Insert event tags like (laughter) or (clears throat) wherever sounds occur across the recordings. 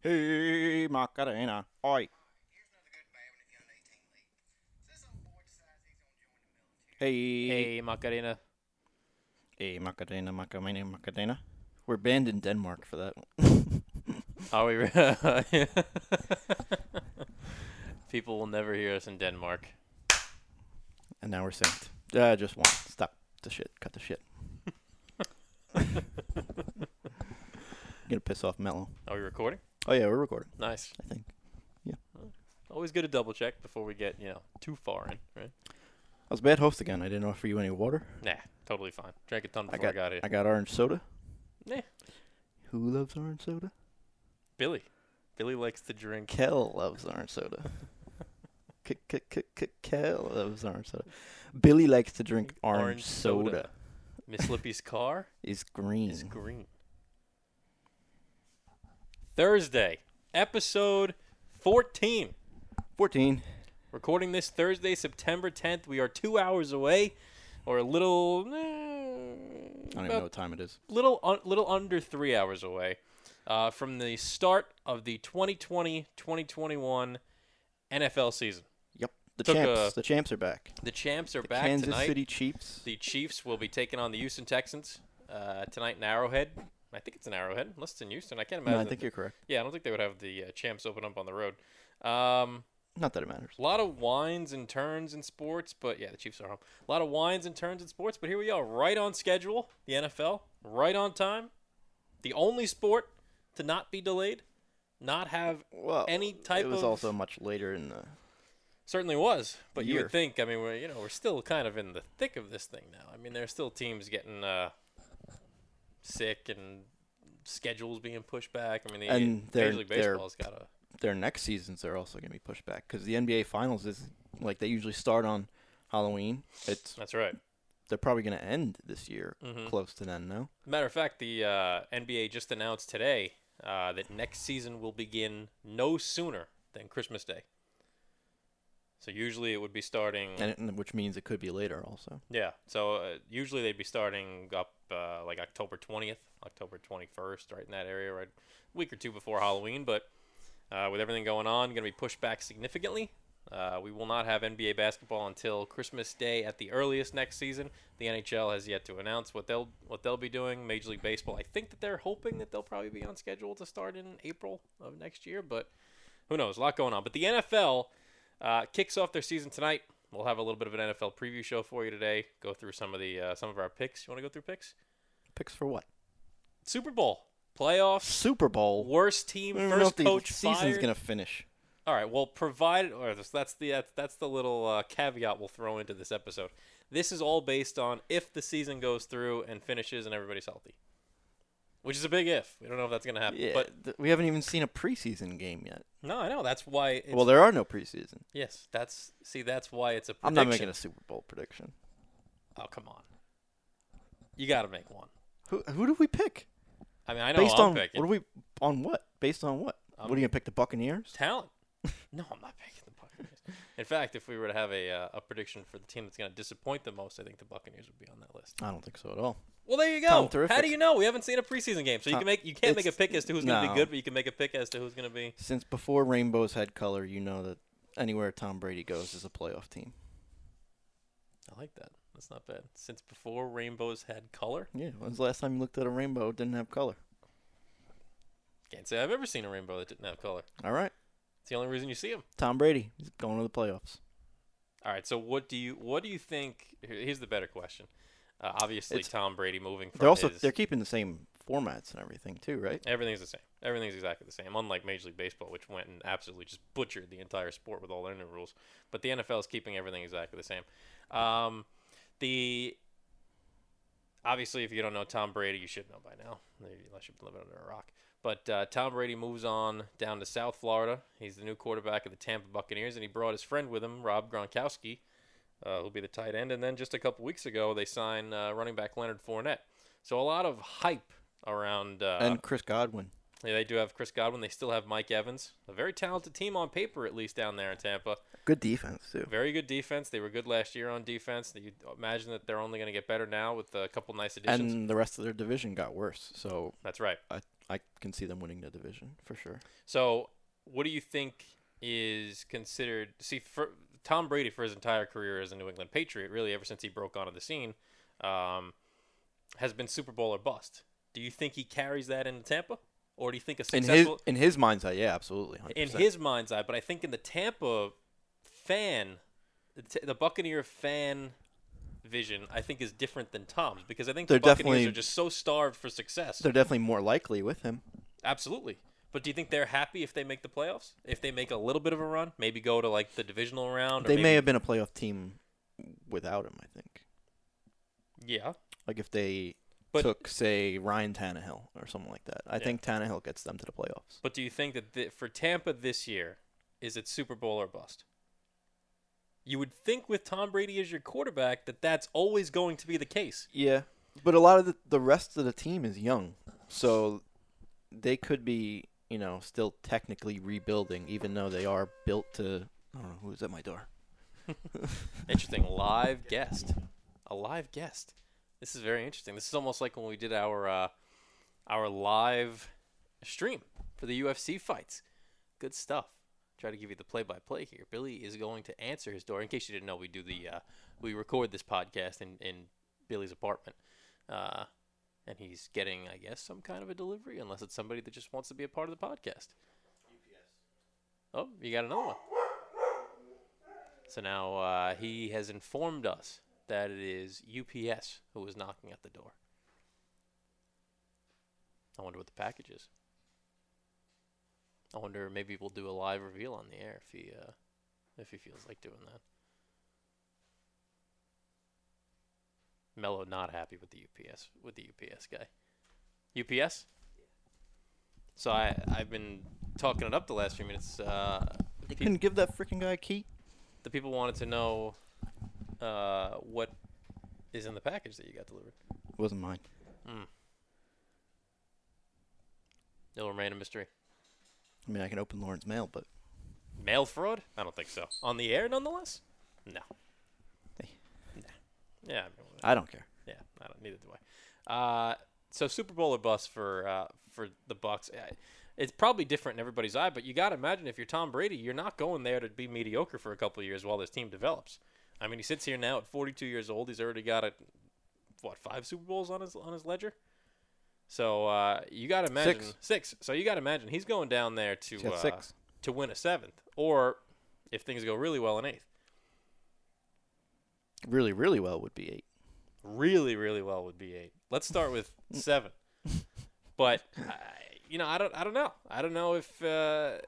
Hey, Macarena. Oi. Here's another good bad one if you're under 18 late. So this old boy decides he's going to join the military. Hey. Hey, Macarena. Hey, Macarena, Macarena, Macarena. We're banned in Denmark for that. one. Are (laughs) we? re- People will never hear us in Denmark. and now we're synced. Uh, just one. Stop the shit. Cut the shit. gonna piss off Mellow. Are we recording? Oh yeah, we're recording. Nice. I think I Always good to double check before we get you know too far in, right? was a bad host again. I didn't offer you any water. Nah, totally fine. Drank a ton I before got, I got here. I got orange soda. Yeah. Who loves orange soda? Billy. Billy likes to drink. Kel loves orange soda. K- K- K- K- Kel loves orange soda. Billy likes to drink orange, Orange soda. soda. Miss Lippy's (laughs) car Is green. is green. Thursday, episode 14. Fourteen. Recording this Thursday, September 10th. We are two hours away, or a little, eh, I don't even about know what time it is. little un, little under three hours away uh, from the start of the 2020-2021 NFL season. Yep. The Took champs. a- the champs are back. The champs are The back Kansas tonight. City Chiefs. The Chiefs will be taking on the Houston Texans uh, tonight in Arrowhead. I think it's in Arrowhead, unless it's in Houston. I can't no, imagine. I that think the- you're correct. yeah, I don't think they would have the uh, champs open up on the road. Um, Not that it matters. a lot of wines and turns in sports, but yeah, the Chiefs are home. A lot of wines and turns in sports, but here we are, right on schedule. The NFL, right on time. The only sport to not be delayed, not have Well, any type It was of also much later in the. certainly was, but you Year. would think. I mean, we're you know we're still kind of in the thick of this thing now. I mean, there's still teams getting uh, sick and schedules being pushed back. I mean, the And they're- Major League they're- Baseball's got a Their next seasons are also going to be pushed back because the NBA Finals is like they usually start on Halloween. It's that's right. they're probably going to end this year Mm-hmm. close to then. No. Matter of fact, the uh, NBA just announced today uh, that next season will begin no sooner than Christmas Day. So usually it would be starting. and, it, and which means it could be later also. yeah. So uh, usually they'd be starting up uh, like October 20th, October 21st, right in that area, right a week or two before Halloween. But uh, with everything going on, going to be pushed back significantly. Uh, we will not have NBA basketball until Christmas Day at the earliest next season. The NHL has yet to announce what they'll what they'll be doing. Major League Baseball, I think that they're hoping that they'll probably be on schedule to start in April of next year, but who knows? A lot going on. But the NFL uh, kicks off their season tonight. We'll have a little bit of an NFL preview show for you today. Go through some of the uh, some of our picks. You want to go through picks? Picks for what? Super Bowl playoffs. Super Bowl. Worst team, I don't even know if first the coach season's fired. going to finish. All right. Well, provided, or that's, that's the that's, that's the little uh, caveat we'll throw into this episode. This is all based on if the season goes through and finishes and everybody's healthy, which is a big if. We don't know if that's going to happen. Yeah, But th- we haven't even seen a preseason game yet. no, I know that's why. It's, well, there are no preseason. yes, that's see, that's why it's a I'm prediction. not making a Super Bowl prediction. Oh come on, you got to make one. Who who do we pick? I mean, I know Based I'm on picking what do we on what? Based on what? Um, what are you gonna pick the Buccaneers? talent. (laughs) no, I'm not picking the Buccaneers. In fact, if we were to have a uh, a prediction for the team that's going to disappoint the most, I think the Buccaneers would be on that list. I don't think so at all. Well, there you Tom go. How Terrific. do you know? We haven't seen a preseason game, so you Tom- can make you can't make a it's- pick as to who's going to no. be good, but you can make a pick as to who's going to be. Since before rainbows had color, you know that anywhere Tom Brady goes is a playoff team. I like that. That's not bad. Since before rainbows had color, Yeah. When's the last time you looked at a rainbow that didn't have color? can't say I've ever seen a rainbow that didn't have color. All right. It's the only reason you see them. Tom Brady he's going to the playoffs. All right. So what do you what do you think? here- Here's the better question. Uh, obviously, It's- Tom Brady moving from They're also his- they're keeping the same formats and everything too, right? Everything's the same. Everything's exactly the same. Unlike Major League Baseball, which went and absolutely just butchered the entire sport with all their new rules, but the NFL is keeping everything exactly the same. Um, the obviously, if you don't know Tom Brady, you should know by now, Maybe unless you've been living under a rock. But uh, Tom Brady moves on down to South Florida. He's the new quarterback of the Tampa Buccaneers, and he brought his friend with him, Rob Gronkowski, uh, who'll be the tight end. And then just a couple weeks ago, they sign uh, running back Leonard Fournette. So a lot of hype around uh, and Chris Godwin. yeah, they do have Chris Godwin. They still have Mike Evans. A very talented team on paper, at least down there in Tampa. Good defense too. Very good defense. They were good last year on defense. You imagine that they're only going to get better now with a couple nice additions. And the rest of their division got worse. So That's right. I I can see them winning the division for sure. So, what do you think is considered? See, for Tom Brady for his entire career as a New England Patriot, really ever since he broke onto the scene, um, has been Super Bowl or bust. Do you think he carries that into Tampa, or do you think a In his successful in his mind's eye, yeah, absolutely. 100%. in his mind's eye? But I think in the Tampa fan, the T- the Buccaneer fan vision, I think is different than Tom's because I think They're the Buccaneers definitely- are just so starved for success. they're definitely more likely with him. Absolutely. But do you think they're happy if they make the playoffs? If they make a little bit of a run, maybe go to like the divisional round. Or They may maybe- have been a playoff team without him. I think. Yeah. Like if they But- took, say, Ryan Tannehill or something like that. I Yeah. think Tannehill gets them to the playoffs. But do you think that the, for Tampa this year, is it Super Bowl or bust? You would think with Tom Brady as your quarterback that that's always going to be the case. Yeah, but a lot of the, the rest of the team is young, so they could be, you know, still technically rebuilding, even though they are built to. I don't know who's at my door. Interesting. Live guest. A live guest. This is very interesting. This is almost like when we did our uh, our live stream for the UFC fights. Good stuff. Try to give you the play by play here. Billy is going to answer his door. In case you didn't know, we do the uh, we record this podcast in in Billy's apartment. Uh, and he's getting, I guess, some kind of a delivery, unless it's somebody that just wants to be a part of the podcast. Oh, you got another one. So now uh, he has informed us that it is UPS who is knocking at the door. I wonder what the package is. I wonder maybe we'll do a live reveal on the air if he uh, if he feels like doing that. Mello not happy with the UPS with the UPS guy. UPS. So I I've been talking it up the last few minutes. Uh, They peop- couldn't give that freaking guy a key. the people wanted to know uh, what is in the package that you got delivered. It wasn't mine. It'll remain a mystery. I mean, I can open Lauren's mail, but Mail fraud? I don't think so. On the air, nonetheless? No. Hey. Nah. Yeah, I mean, whatever. I don't care. yeah. I don't, neither do I. Uh, so Super Bowl or bust for uh, for the Bucks. I- It's probably different in everybody's eye, but you got to imagine if you're Tom Brady, you're not going there to be mediocre for a couple of years while this team develops. I mean, he sits here now at 42 years old. He's already got a, what five Super Bowls on his on his ledger. So uh, you got to imagine Six. So you got to imagine he's going down there to He's got uh, six. to win a seventh, or if things go really well, an eighth. Really, really well would be eight. really, really well would be eight. Let's (laughs) start with seven. But I, you know, I don't, I don't know. I don't know if uh,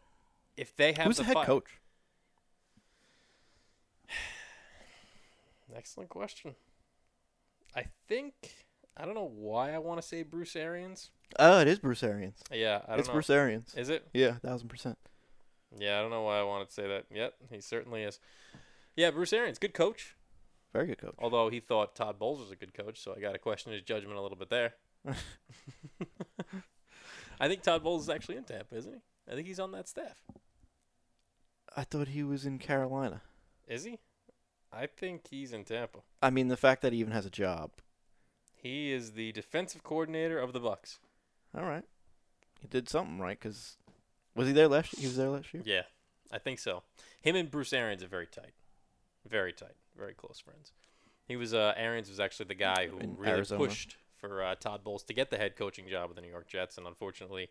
if they have Who's the the head fi- coach? (sighs) Excellent question. I think I don't know why I want to say Bruce Arians. Oh, it is Bruce Arians. Yeah, I don't It's know. Bruce Arians. Is it? Yeah, thousand percent. Yeah, I don't know why I wanted to say that. Yep, he certainly is. Yeah, Bruce Arians, good coach. Very good coach. Although he thought Todd Bowles was a good coach, so I got to question his judgment a little bit (laughs) there. I think Todd Bowles is actually in Tampa, isn't he? I think he's on that staff. I thought he was in Carolina. Is he? I think he's in Tampa. I mean, the fact that he even has a job. He is the defensive coordinator of the Bucks. All right, he did something right because was he there last? He was there last year. Yeah, I think so. Him and Bruce Arians are very tight, very tight, very close friends. He was uh, Arians was actually the guy who In really Arizona. pushed for uh, Todd Bowles to get the head coaching job with the New York Jets, and unfortunately,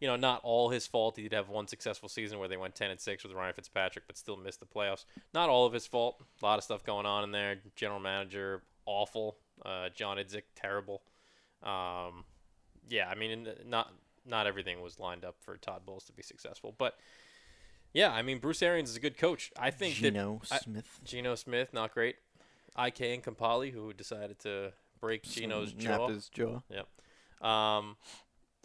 you know, not all his fault. He did have one successful season where they went ten and six with Ryan Fitzpatrick, but still missed the playoffs. Not all of his fault. A lot of stuff going on in there. General manager awful. Uh, John Idzik terrible. Um, yeah, I mean, n- not not everything was lined up for Todd Bowles to be successful, but yeah, I mean, Bruce Arians is a good coach. I think Geno that I- Smith. Geno Smith, not great. IK and Kampali, who decided to break Geno's jaw. Snapped his jaw. Um,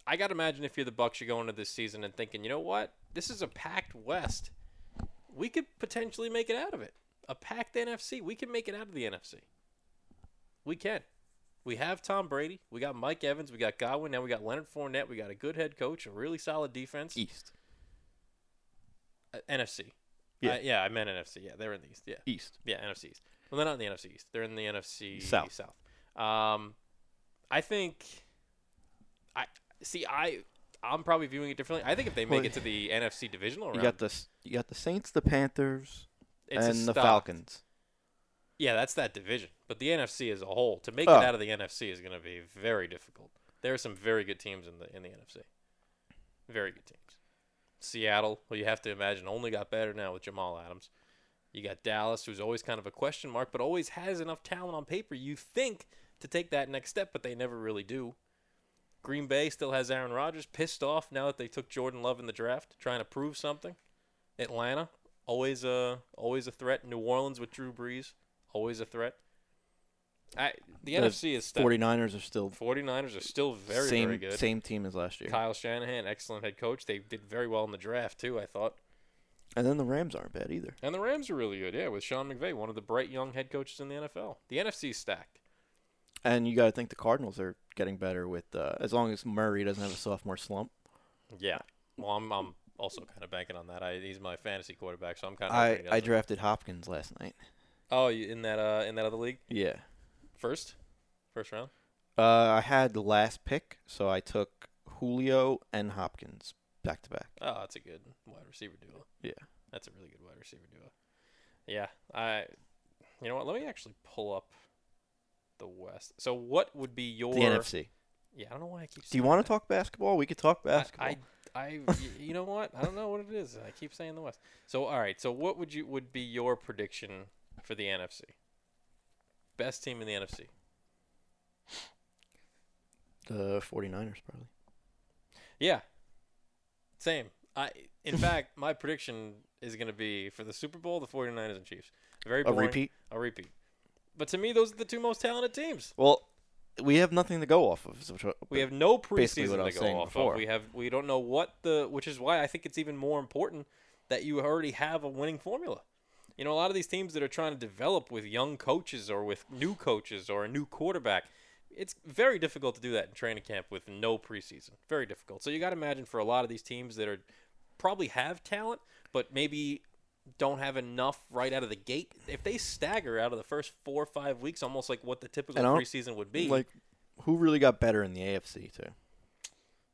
I gotta imagine if you're the Bucks, you're going into this season and thinking, you know what, this is a packed West. We could potentially make it out of it. A packed NFC. We can make it out of the NFC. We can. We have Tom Brady. We got Mike Evans. We got Godwin. Now we got Leonard Fournette. We got a good head coach, a really solid defense. East. Uh, NFC. Yeah. I- yeah, I meant NFC. Yeah, they're in the East. Yeah. East. Yeah, NFC East. Well, they're not in the NFC East. They're in the NFC South. South. Um, I think. I see. I I'm probably viewing it differently. I think if they make Well, it to the NFC divisional round, You got the S- you got the Saints, the Panthers, it's a and the stock. Falcons. Yeah, that's that division. But the NFC as a whole, to make Oh. it out of the NFC is going to be very difficult. There are some very good teams in the in the NFC. Very good teams. Seattle, who you have to imagine only got better now with Jamal Adams. You got Dallas, who's always kind of a question mark, but always has enough talent on paper, you think, to take that next step, but they never really do. Green Bay still has Aaron Rodgers, pissed off now that they took Jordan Love in the draft, trying to prove something. Atlanta, always a always a threat. New Orleans with Drew Brees, always a threat. I, the The NFC is stacked. 49ers are still 49ers are still very same very good. same team as last year, Kyle Shanahan, excellent head coach. They did very well in the draft too, I thought. and then the Rams aren't bad either. And the Rams are really good, yeah, with Sean McVay, one of the bright young head coaches in the NFL. The NFC is stacked. And you got to think the Cardinals are getting better with uh, as long as Murray doesn't have a sophomore slump. Yeah. Well, I'm, I'm also kind of banking on that. I, he's my fantasy quarterback, so I'm kind of. I, I drafted Hopkins last night. Oh, you, in that uh, in that other league, Yeah. first, first round. Uh, I had the last pick, so I took Julio and Hopkins back to back. Oh, that's a good wide receiver duo. Yeah. That's a really good wide receiver duo. Yeah, I. You know what? Let me actually pull up the West. So, what would be your? The NFC. Yeah, I don't know why I keep. Do you saying want that. to talk basketball? We could talk I- basketball. I, I, y- you know what? I don't know what it is. I keep saying the West. So all right. So what would you would be your prediction for the NFC? Best team in the NFC. the 49ers probably. Yeah. Same. I (laughs) in fact, my prediction is going to be for the Super Bowl, the 49ers and Chiefs. Very A boring, repeat. A repeat. But to me, those are the two most talented teams. Well, we have nothing to go off of. so- We have no Basically preseason what I to was go saying off before. of. We have we don't know what the which is why I think it's even more important that you already have a winning formula. You know, a lot of these teams that are trying to develop with young coaches or with new coaches or a new quarterback, it's very difficult to do that in training camp with no preseason. Very difficult. So you got to imagine for a lot of these teams that are probably have talent, but maybe don't have enough right out of the gate. If they stagger out of the first four or five weeks, almost like what the typical And I don't- preseason would be, Like, who really got better in the AFC too?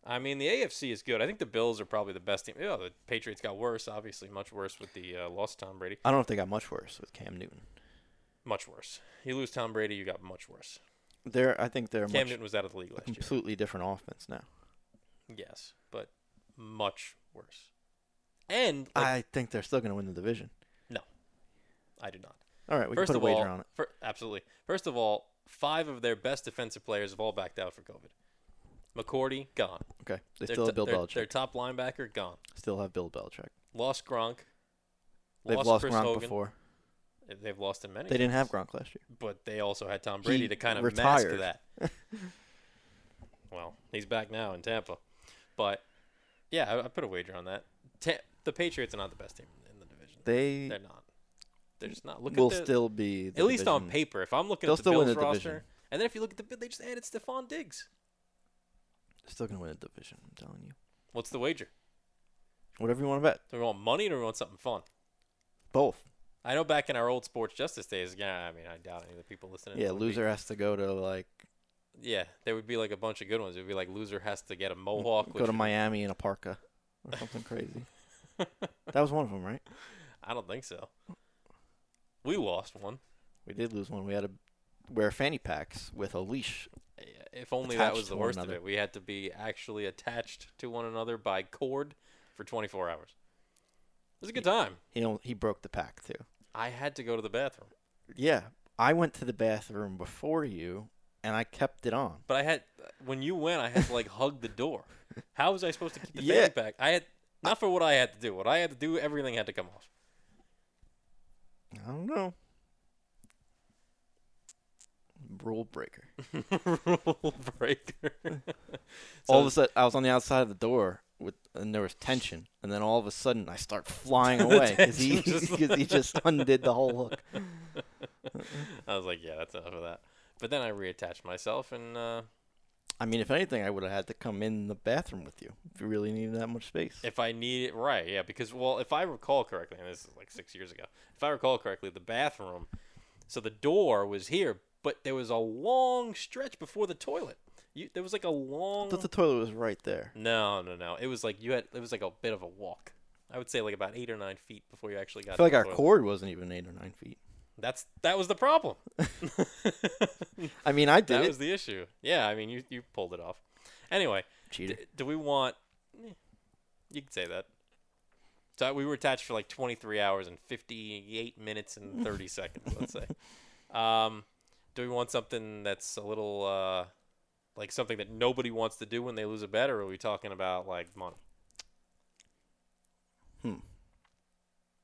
I mean, the AFC is good. I think the Bills are probably the best team. Yeah, the Patriots got worse, obviously, much worse with the uh, loss to Tom Brady. I don't know if they got much worse with Cam Newton. Much worse. You lose Tom Brady, you got much worse. They're, I think they're Cam much Newton was out of the league a last year. completely different offense now. Yes, but much worse. And like, I think they're still going to win the division. I, do not. All right, we First can of put a wager all, on it. fir- absolutely. First of all, five of their best defensive players have all backed out for COVID. McCourty gone. Okay, they Their still t- have Bill their, Belichick. Their top linebacker gone. still have Bill Belichick. Lost Gronk. They've lost Chris Gronk Hogan. before. They've lost him many. They didn't times. have Gronk last year. but they also had Tom Brady He to kind of retired. mask that. (laughs) well, he's back now in Tampa, but yeah, I, I put a wager on that. Ta- the Patriots are not the best team in the division. They They're not. They're just not. Look will at the, still be the at least on division- paper. If I'm looking They'll at the still win Bills the roster, division. and then if you look at the Bill, they just added Stephon Diggs. Still going to win the division. I'm telling you. What's the wager? Whatever you want to bet, Do we want money or do we want something fun? both. I know back in our old sports justice days, yeah, I mean, I doubt any of the people listening. Yeah, would be- loser has to go to like yeah, there would be like a bunch of good ones. It would be like loser has to get a mohawk. (laughs) go which to Miami in a parka (laughs) or something crazy. That was one of them, right? I don't think so. We lost one. We did lose one. We had to wear fanny packs with a leash. Yeah, If only that Attached was to the one worst another. of it. We had to be actually attached to one another by cord for 24 hours. It was a good time. He don't- he broke the pack too. I had to go to the bathroom, Yeah, I went to the bathroom before you, and I kept it on. but I had when you went, I had to like (laughs) hug the door. How was I supposed to keep the Yeah. fanny pack? I had not for what I had to do. What I had to do, everything had to come off. (laughs) I don't know. Rule (laughs) breaker. Rule breaker. (laughs) So- all of a sudden, I was on the outside of the door with, and there was tension, and then all of a sudden, I (laughs) start flying away because he, tension just- (laughs) 'cause he just (laughs) undid the whole hook. I was like, yeah, that's enough of that. But then I reattached myself, and uh, I mean, if anything, I would have had to come in the bathroom with you if you really needed that much space. If I need it, right? Yeah, because well, if I recall correctly, and this is like six years ago, if I recall correctly, the bathroom, so the door was here, but there was a long stretch before the toilet, You, there was like a long. thought the toilet was right there. No, no, no. It was like you had. It was like a bit of a walk. I would say like about eight or nine feet before you actually got. I feel like to the our toilet. cord wasn't even eight or nine feet. That's that was the (laughs) problem. (laughs) I mean, I that did it. was the issue. Yeah, I mean you you pulled it off. Anyway, d- Cheater. do we want? eh, You can say that. So we were attached for like 23 hours and 58 minutes and 30 seconds. Let's say. Um, do we want something that's a little uh, like something that nobody wants to do when they lose a bet, or are we talking about like money? Hmm.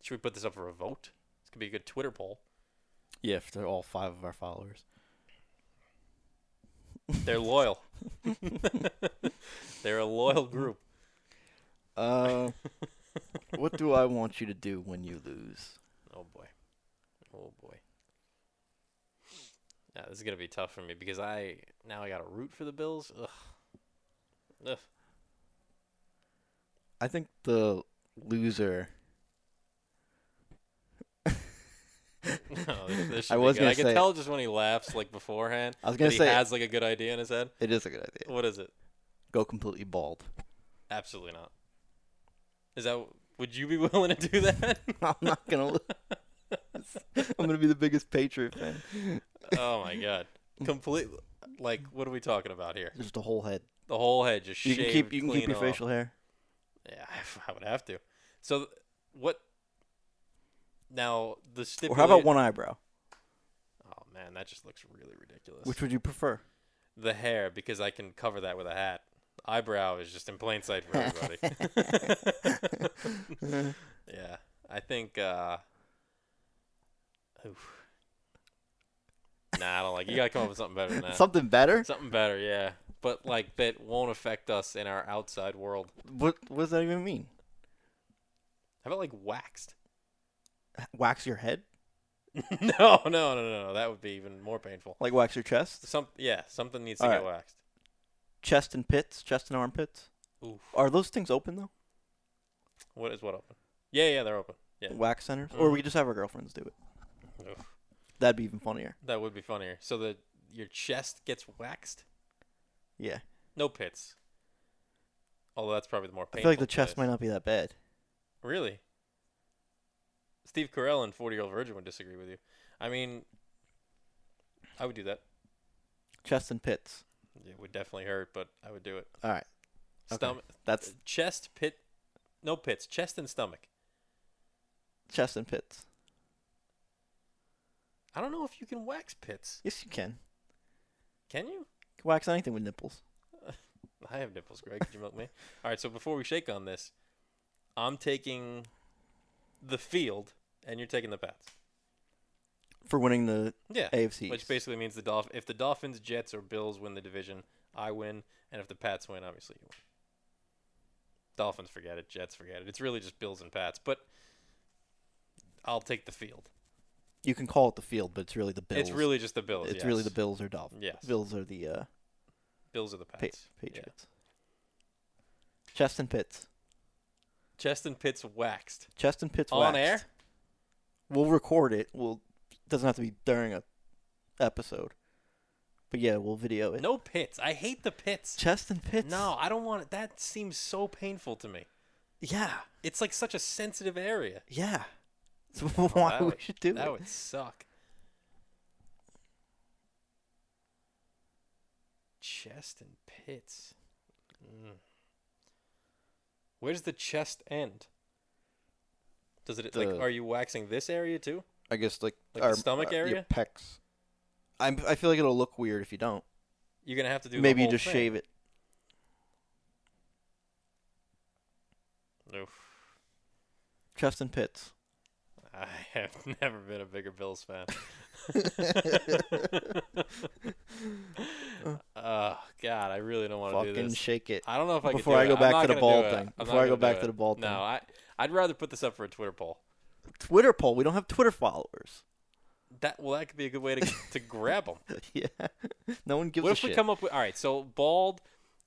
Should we put this up for a vote? This could be a good Twitter poll. Yeah, if they're all five of our followers. They're loyal. (laughs) They're a loyal group. (laughs) Uh, what do I want you to do when you lose? Oh boy. Oh boy. Yeah, this is gonna be tough for me because I now I gotta root for the Bills. Ugh. Ugh. (laughs) I think the loser. No, this, this (laughs) I should be was good. gonna I can say- tell just when he laughs like beforehand. I was that gonna he say- has like a good idea in his head. It is a good idea. What is it? Go completely bald. (laughs) Absolutely not. Is that would you be (laughs) willing to do that? (laughs) I'm not gonna lose. I'm gonna be the biggest Patriot fan. oh my god. Complete like what are we talking about here? Just a whole head. The whole head just You can keep shaved you can keep clean your off. facial hair. Yeah, (laughs) I would have to. So, th- what? Now the Or stipulation. how about one eyebrow? Oh man, that just looks really ridiculous. Which would you prefer? the hair, because I can cover that with a hat. Eyebrow is just in plain sight for (laughs) everybody. (laughs) yeah, I think. uh oof. Nah, I don't like. You gotta come up with something better than that. Something better? something better, yeah. But like that won't affect us in our outside world. What what does that even mean? How about like waxed? Wax your head? no, (laughs) no, no, no, no. That would be even more painful. Like wax your chest? Some yeah, something needs to All get right. waxed. Chest and pits? Chest and armpits? Oof. Are those things open though? What is what open? Yeah, yeah, they're open. Yeah. Mm. Wax centers? Or we could just have our girlfriends do it. Oof. That'd be even funnier. That would be funnier. So that your chest gets waxed. Yeah. No pits. Although that's probably the more I painful. feel like the chest place. might not be that bad. Really. Steve Carell and Forty Year Old Virgin would disagree with you. I mean, I would do that. Chest and pits. It would definitely hurt, but I would do it. All right. Okay. Stomach, That's chest, pit, no pits, chest and stomach. chest and pits. I don't know if you can wax pits. Yes, you can. Can you? You can wax anything with nipples. I have nipples, Greg. Could you milk me? All right. So before we shake on this, I'm taking the field, and you're taking the Pats. For winning the Yeah. AFC. Which basically means the Dolph- If the Dolphins, Jets, or Bills win the division, I win, and if the Pats win, obviously you win. Dolphins, forget it. Jets, forget it. It's really just Bills and Pats, but I'll take the field. you can call it the field, but it's really the Bills. It's really just the Bills. it's really the yes. Bills or Dolphins. Yes. Bills are the uh, Bills or the pa- Pats. Yeah. Patriots. Chest and pits. Chest and Pitts waxed Chest and pits on waxed. air. We'll record it. We'll doesn't have to be during a episode, but yeah, we'll video it. No pits. I hate the pits. Chest and pits. No, I don't want it. That seems so painful to me. Yeah. It's like such a sensitive area. (laughs) Yeah. So (laughs) why that we would- should do That it? would suck. Chest and pits. Mm. Where's the chest end? Does it like? The- Are you waxing this area too? I guess like, Like the stomach Your area? pecs. I'm. I feel like it'll look weird if you don't. You're gonna have to do. the Maybe you whole just thing. shave it. Oof. (laughs) Chest and pits. (laughs) I have (laughs) never been a bigger Bills fan. oh God, I really don't want to do Fucking this. shake it. I don't know if I could Before do I it. go I'm back not to the gonna ball do it. thing. I'm not Before I go gonna back do to it. the ball No, thing. I I'd rather put this up for a Twitter poll. Twitter poll. We don't have Twitter followers. (laughs) That well, that could be a good way to to grab them. yeah. No one gives What a if shit. we come up with all right? So bald,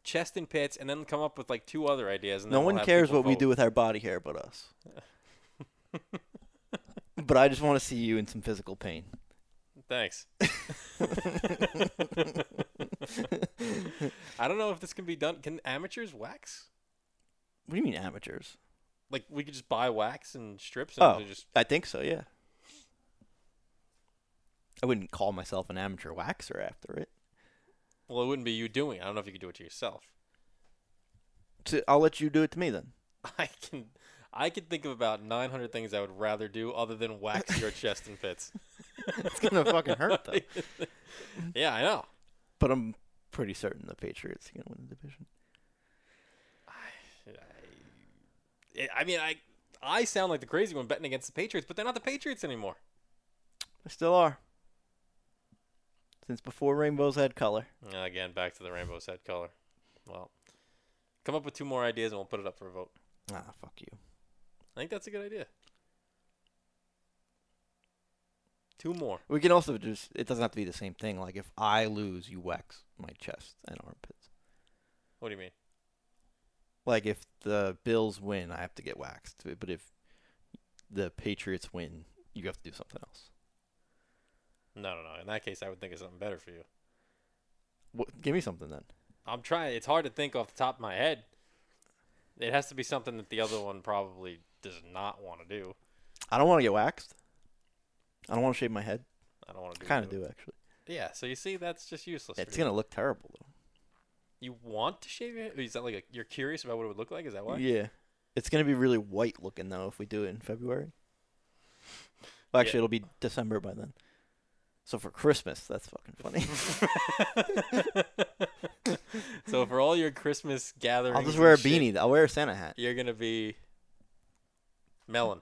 chest and pits, and then come up with like two other ideas. And no then we'll one have cares people what we do vote. with our body hair but us. (laughs) (laughs) but I just want to see you in some physical pain. (laughs) Thanks. (laughs) I don't know if this can be done. Can amateurs wax? (laughs) What do you mean amateurs? Like we could just buy wax and strips and Oh. just I think so, yeah. I wouldn't call myself an amateur waxer after it. well, it wouldn't be you doing. it. I don't know if you could do it to yourself. So I'll let you do it to me then. (laughs) I can I can think of about 900 things I would rather do other than (laughs) wax your chest and pits. It's gonna fucking hurt though. (laughs) yeah, I know. But I'm pretty certain the Patriots are gonna win the division. I- I mean, I I sound like the crazy one betting against the Patriots, but they're not the Patriots anymore. They still are. Since before rainbows had color. Uh, Again, back to the rainbow's head color. Well, come up with two more ideas and we'll put it up for a vote. Ah, fuck you. I think that's a good idea. Two more. We can also just it doesn't have to be the same thing. Like if I lose, you wax my chest and armpits. What do you mean? Like if the Bills win, I have to get waxed. But if the Patriots win, you have to do something else. No, no, no. In that case, I would think of something better for you. What, give me something then. I'm trying. It's hard to think off the top of my head. It has to be something that the other one probably does not want to do. I don't want to get waxed. I don't want to shave my head. I don't want to I do. kind of it. do actually. Yeah. So you see, that's just useless. It's for you. gonna look terrible though. You want to shave your head? Is that like a, you're curious about what it would look like? Is that why? Yeah, it's gonna be really white looking though if we do it in February. Well, actually, Yeah. it'll be December by then. So for Christmas, that's fucking (laughs) funny. so for all your Christmas gatherings, I'll just and wear a shit, beanie. I'll wear a Santa hat. (laughs) You're gonna be melon.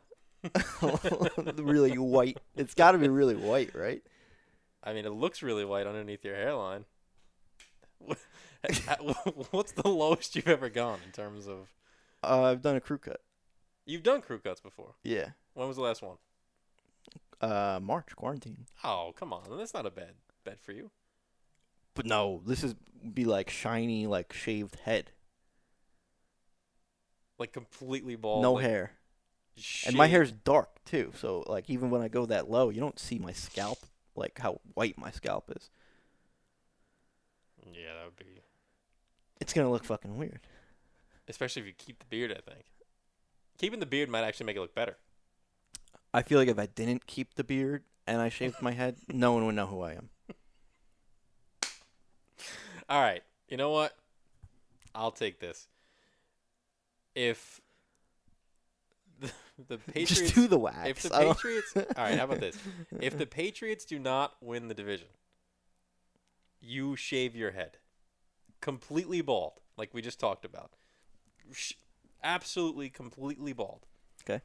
really white. It's got to be really white, right? I mean, it looks really white underneath your hairline. (laughs) What's the lowest you've ever gone in terms of? Uh, I've done a crew cut. You've done crew cuts before. Yeah. When was the last one? Uh, March quarantine. Oh, come on. That's not a bad bet for you. But no, this is be like shiny, like shaved head, Like completely bald. no like, hair, and my shaved. hair's dark too. So like, even when I go that low, you don't see my scalp, like how white my scalp is. (laughs) Yeah, that would be. It's gonna look fucking weird. Especially if you keep the beard, I think. Keeping the beard might actually make it look better. I feel like if I didn't keep the beard and I shaved my (laughs) head, no one would know who I am. All right. You know what? I'll take this. If (laughs) the, the Patriots. Just do the wax. if the I don't- Patriots. All right, how about this? If the Patriots do not win the division, you shave your head. Completely bald, like we just talked about. Sh- Absolutely, completely bald. Okay.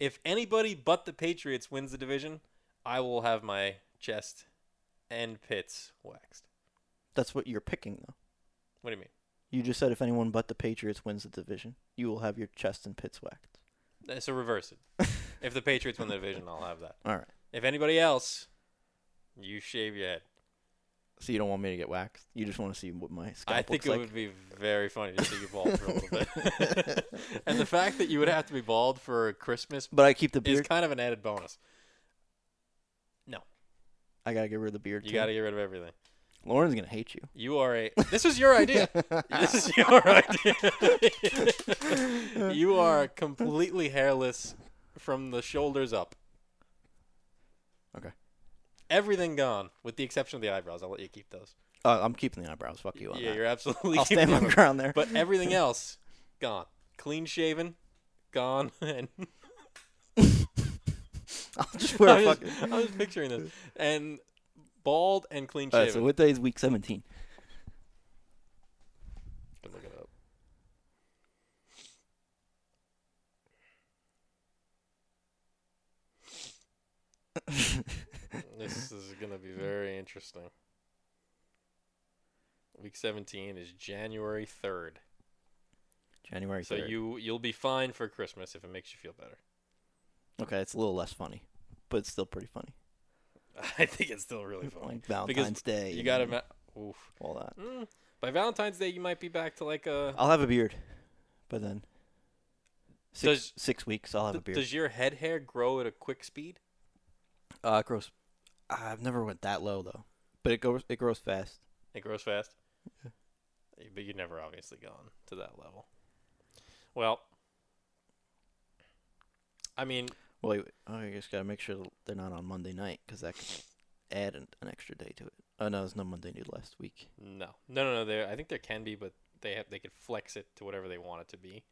If anybody but the Patriots wins the division, I will have my chest and pits waxed. That's what you're picking though. What do you mean? You just said if anyone but the Patriots wins the division, you will have your chest and pits (laughs) whacked. Uh, So reverse it. if the Patriots win the division, I'll have that. All right. If anybody else, you shave your head. So you don't want me to get waxed? You just want to see what my scalp I think looks it like? would be very funny to see you bald for a little (laughs) bit. and the fact that you would have to be bald for Christmas But I keep the is beard. kind of an added bonus. I gotta get rid of the beard. You too. got to get rid of everything. Lauren's gonna hate you. You are a. This was your (laughs) idea. this is your idea. you are completely hairless from the shoulders up. Okay. Everything gone, with the exception of the eyebrows. I'll let you keep those. Uh, I'm keeping the eyebrows. Fuck you on yeah, that. you're absolutely. I'll keeping stand my (laughs) them. ground there. But everything else, gone. Clean shaven, gone. (laughs) And (laughs) I'll just (laughs) wear a I'm, fucking. just, I'm just picturing this. And bald and clean All shaven. right, so what day is week 17? Can look it up. This (laughs) is gonna be very interesting. Week 17 is January 3rd. (laughs) January 3rd. So you you'll be fine for Christmas if it makes you feel better. Okay, it's a little less funny, but it's still pretty funny. (laughs) I think it's still really fun. Like Valentine's Day. You and gotta, ma- oof. all that. Mm, by Valentine's Day, you might be back to like uh, a. I'll have a beard, but then six Does- six weeks I'll have a Th- beard. Does your head hair grow at a quick speed? Uh, gross. I've never went that low though, but it goes it grows fast. It grows fast. But you've never obviously gone to that level. Well, I mean, Well, you, oh, you just gotta make sure that they're not on Monday night because that could add an, an extra day to it. Oh no, there's no Monday night last week. no, no, no, no. There, I think there can be, but they have they could flex it to whatever they want it to be,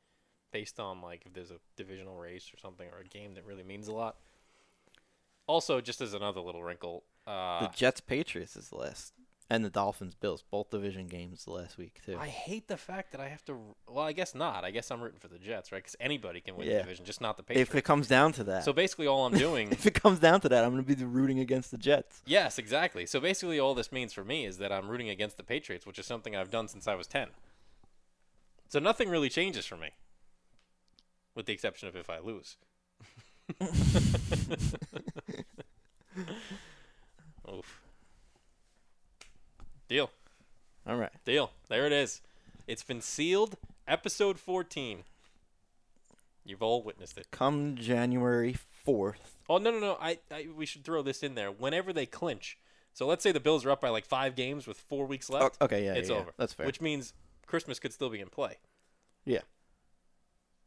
based on like if there's a divisional race or something or a game that really means a lot. Also, just as another little wrinkle, uh, the Jets Patriots is the last, and the Dolphins Bills both division games the last week too. I hate the fact that I have to. Well, I guess not. I guess I'm rooting for the Jets, right? Because anybody can win the Yeah. division, just not the Patriots. if it comes down to that, so basically, all I'm (laughs) doing if it comes down to that, I'm gonna be rooting against the Jets. Yes, exactly. So basically, all this means for me is that I'm rooting against the Patriots, which is something I've done since I was 10. So nothing really changes for me, with the exception of if I lose. Oof. Deal. All right, Deal. There it is. It's been sealed. Episode 14. You've all witnessed it. come January fourth, Oh no no no! I, I we should throw this in there. Whenever they clinch, so let's say the Bills are up by like five games with four weeks left. okay, yeah, it's yeah, yeah. over. That's Oh, fair. Which means Christmas could still be in play.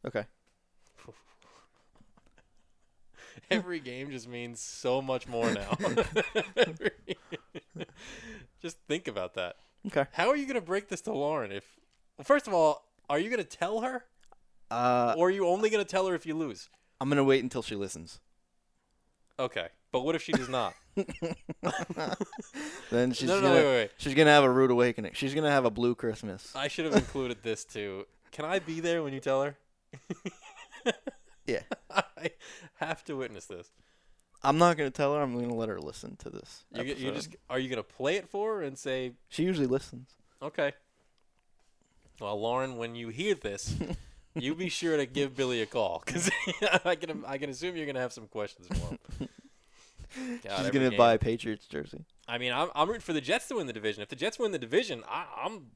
okay, (laughs) Every game just means so much more (laughs) now. just think about that. okay. How are you gonna break this to Lauren? If well, first of all, are you gonna tell her, Uh, or are you only gonna tell her if you lose? I'm gonna wait until she listens. Okay, but what if she does not? Then (laughs) she's no, gonna no, wait, Uh, wait, wait. she's gonna have a rude awakening. She's gonna have a blue Christmas. I should have included this too. Can I be there when you tell her? (laughs) Yeah, I have to witness this. I'm not gonna tell her. I'm gonna let her listen to this. You, g- you episode. just are you gonna play it for her and say she usually listens. okay? Well, Lauren, when you (laughs) hear this, you be sure to give Billy a call because (laughs) I can I can assume you're gonna have some questions (laughs) for him. God, she's every gonna game. buy a Patriots jersey. I mean, I'm I'm rooting for the Jets to win the division. If the Jets win the division, I, I'm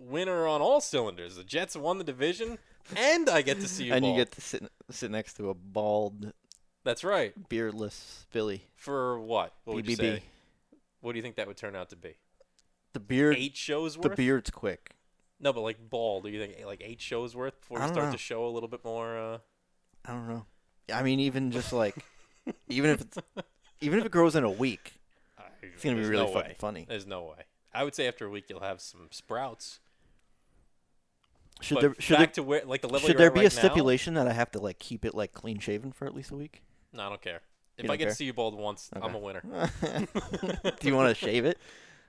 winner on all cylinders. The Jets won the division, and I get to see you. and ball. you get to sit sit next to a bald, that's right beardless Billy. for what? What would you BBB. say? What do you think that would turn out to be? The beard. Eight shows the worth. beard's quick. No, but like ball. Do you think like eight shows worth before I we don't start know. to show a little bit more? Uh... I don't know. I mean, even just (laughs) like, even if it's, even if it grows in a week, It's gonna be really no fucking way. funny. There's no way. I would say after a week you'll have some sprouts. should but there should back there, to where like the level. should you're there at be a right now- stipulation that I have to like keep it like clean shaven for at least a (laughs) week? No, I don't care. If You I don't get to care? see you bald once, I'm Okay. a winner. (laughs) (laughs) Do you want to shave it?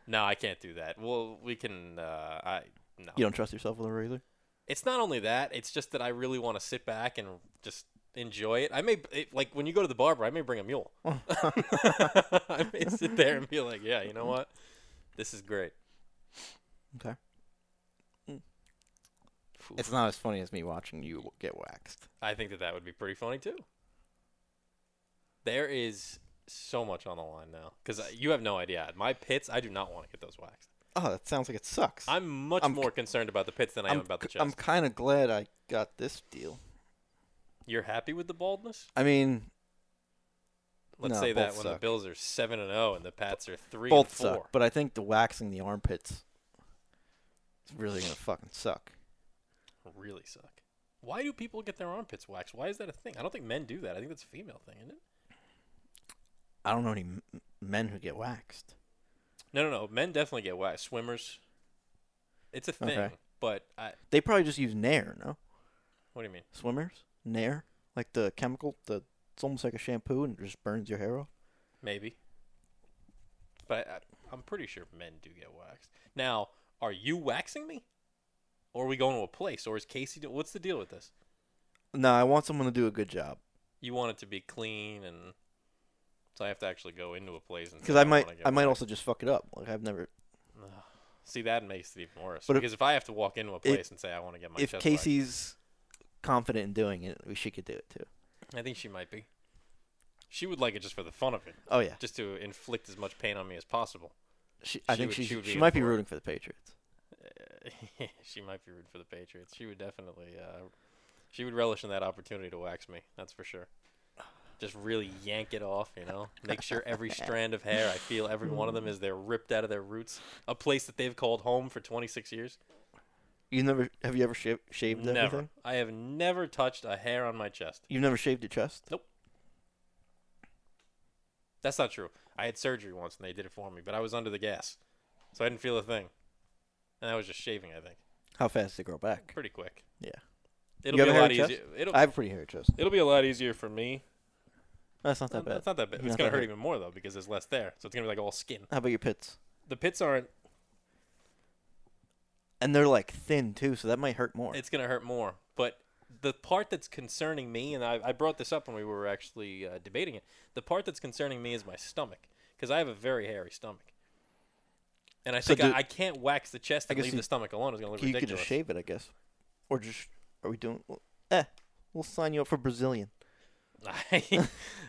No, I can't do that. Well, we can. Uh, I no. You don't trust yourself with a razor? It's not only that. It's just that I really want to sit back and just enjoy it. I may it, like when you go to the barber, I may bring (laughs) a mule. (laughs) I may sit there and be like, yeah, you know what, this is great. Okay. It's not as funny as me watching you get waxed. I think that that would be pretty funny too. There is so much on the line now because you have no idea. My pits, I do not want to get those waxed. Oh, that sounds like it sucks. I'm much I'm more concerned about the pits than I am I'm, about the c- chest. I'm kind of glad I got this deal. You're happy with the baldness? I mean, Let's No, say that both when the suck. Bills are seven and zero and the Pats are three both and four. suck, but I think the waxing the armpits is really gonna fucking suck. really suck. Why do people get their armpits waxed? Why is that a thing? I don't think men do that. I think that's a female thing, isn't it? I don't know any m- men who get waxed. No, no, no. Men definitely get waxed. Swimmers. It's a thing, Okay. but I. They probably just use Nair, no? What do you mean? Swimmers? Nair? Like the chemical, the it's almost like a shampoo and it just burns your hair off. Maybe. But I, I, I'm pretty sure men do get waxed. Now, are you waxing me? Or are we going to a place? Or is Casey do- What's the deal with this? No, I want someone to do a good job You want it to be clean and. So I have to actually go into a place and. say, because I might, wanna get I might waxed." also just fuck it up. Like I've never. See, that makes it even worse. But if- because if, I have to walk into a place and say I want to get my if chest waxed, Casey's confident in doing it, we she could do it too. I think she might be. She would like it just for the fun of it, Oh yeah, just to inflict as much pain on me as possible. she, I she think would- she she would be she in might be for it. rooting for the Patriots. (laughs) she might be rooting for the Patriots. She would definitely. Uh, she would relish in that opportunity to wax me. That's for sure. just really yank it off, you know. Make sure every strand of hair, I feel every one of them is they're ripped out of their roots. A place that they've called home for 26 years. You never have you ever shaved, shaved Never. everything? I have never touched a hair on my chest. You've never shaved your chest? That's not true. I had surgery once and they did it for me, but I was under the gas. So I didn't feel a thing. And I was just shaving, I think. How fast does it grow back? Pretty quick. Yeah. It'll You be have a a lot hairy chest? easier. (laughs) It'll I have a pretty hairy chest. it'll be a lot easier for me. That's not that It's bad. not that bad. It's Not gonna that hurt bad. even more though because there's less there. So it's gonna be like all skin. How about your pits? The pits aren't And they're like thin too, so that might hurt more. It's gonna hurt more. But the part that's concerning me, and I, I brought this up when we were actually uh, debating it, the part that's concerning me is my stomach because I have a very hairy stomach, and I So think do- I, I can't wax the chest I and guess leave you- the stomach alone. It's gonna look you could ridiculous. just shave it, I guess. Or just are we doing? Well, eh, we'll sign you up for Brazilian. (laughs) I,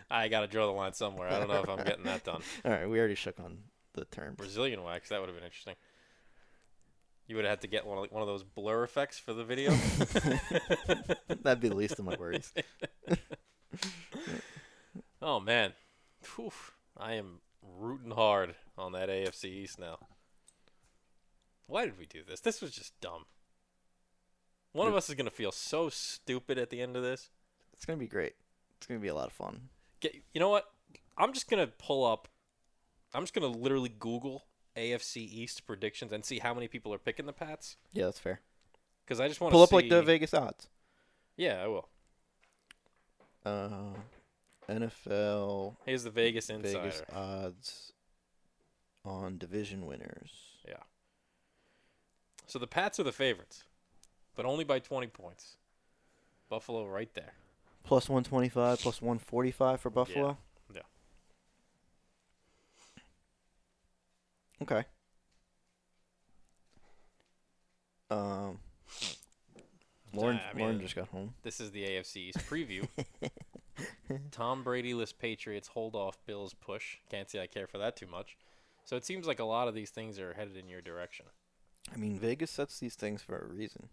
I gotta draw the line somewhere. I don't know if I'm getting (laughs) that done. All right, we already shook on the terms. Brazilian wax that would have been interesting. You would have had to get one of, one of those blur effects for (laughs) the video. (laughs) That'd be the least of my worries. Oh man, Phew. I am rooting hard on that AFC East now. Why did we do this? This was just dumb. One of us is gonna feel so stupid at the end of this. It's gonna be great. It's gonna be a lot of fun. Get, you know what? I'm just gonna pull up. I'm just gonna literally Google AFC East predictions and see how many people are picking the Pats. Yeah, that's fair. Because I just want to Pull up like the see- Vegas odds. Yeah, I will. Uh, NFL Here's the Vegas Insider. Vegas odds on division winners. So the Pats are the favorites, but only by 20 points. Buffalo right there. Plus one twenty five, plus one forty five for Buffalo. yeah. Okay. Um. Lauren, I Lauren mean- just got home. This is the AFC East preview. Tom Brady list Patriots hold off Bills push. Can't say I care for that too much. So it seems like a lot of these things are headed in your direction. I mean, Vegas sets these things for a reason.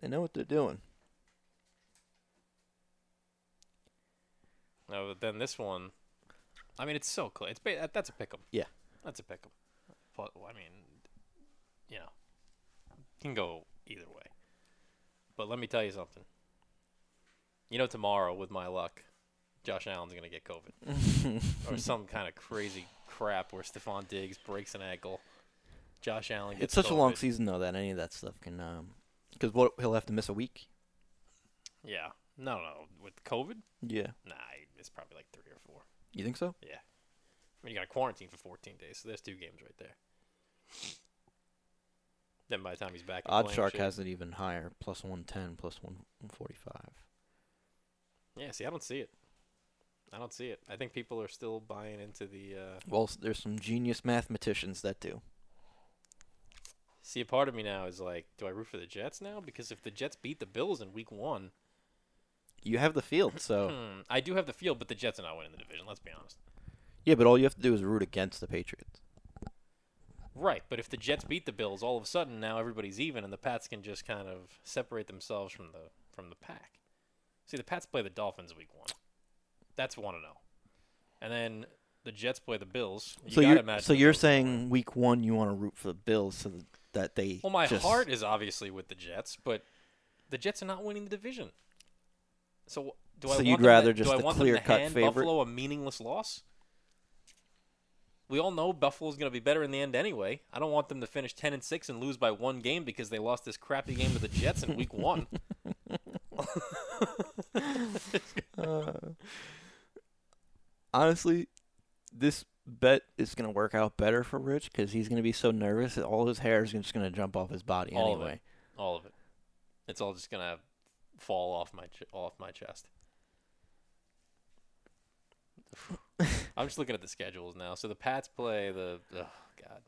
They know what they're doing. No, but then this one, I mean, it's so clear. It's ba- that, that's a pick'em. Yeah. that's a pick'em. But I mean, you know, can go either way. But let me tell you something. You know, tomorrow with my luck, Josh Allen's gonna get COVID (laughs) or some kind of crazy crap where Stephon Diggs breaks an ankle. Josh Allen. Gets It's such a long COVID. season though that any of that stuff can um, because what he'll have to miss a week. Yeah. No, no. With COVID, Yeah. nah, it's probably like three or four. You think so? Yeah. I mean, you got to quarantine for 14 days, so there's two games right there. Then by the time he's back, and Odd playing Shark shit- has it even higher, plus one ten, plus one forty five. Yeah, see, I don't see it. I don't see it. I think people are still buying into the. Uh... Well, s- there's some genius mathematicians that do. See, a part of me now is like, do I root for the Jets now? Because if the Jets beat the Bills in Week One, You have the field, so (laughs) hmm, I do have the field, but the Jets are not winning the division. Let's be honest. yeah. But all you have to do is root against the Patriots. Right, but if the Jets beat the Bills, all of a sudden now everybody's even, and the Pats can just kind of separate themselves from the from the pack. See, the Pats play the Dolphins week one. That's one and zero, and then the Jets play the Bills. You so gotta you're imagine so the you're Bills are gonna win. saying week one you want to root for the Bills so th- that they Well, my just- heart is obviously with the Jets, but the Jets are not winning the division. So do I? So want you'd them to- rather just do I the want them to clear-cut hand favorite? Buffalo a meaningless loss? We all know Buffalo's going to be better in the end anyway. I don't want them to finish ten and six and lose by one game because they lost this crappy game to the Jets (laughs) in Week One. (laughs) Uh, honestly, this bet is gonna work out better for Rich because he's gonna be so nervous that all his hair is just gonna jump off his body All of it. anyway. all of it. It's all just going to fall off my ch- off my chest. (sighs) I'm just looking at the schedules now. So the Pats play the oh god,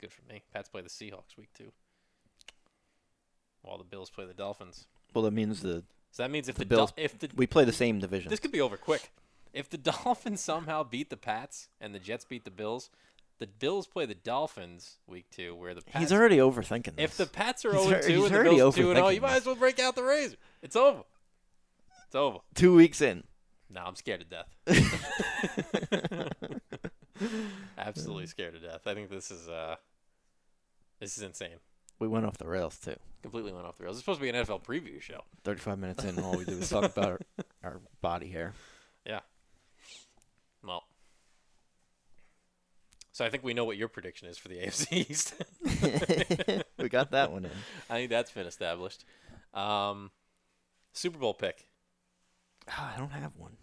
good for me. Pats play the Seahawks week two, while the Bills play the Dolphins. Well, that means the So that means if The the, Dol- Bills- if the we play the same division. this could be over quick. If the (laughs) Dolphins somehow beat the Pats and the Jets beat the Bills, the Bills play the Dolphins week two, where the Pats he's already overthinking this. if the Pats are He's 0 alre- he's 2 and oh, the already Bills 2 0, overthinking you might this. as well break out the razor. It's over. It's over. two weeks in, No, I'm scared to death. (laughs) Absolutely scared to death. I think this is uh, this is insane. we went off the rails too. Completely went off the rails. It's supposed to be an NFL preview show. 35 minutes in, and all we did was talk (laughs) about our, our body hair. (laughs) Well, so I think we know what your prediction is for the (laughs) AFC East. we got that one in. I think that's been established. Um, Super Bowl pick. Ah, I don't have one.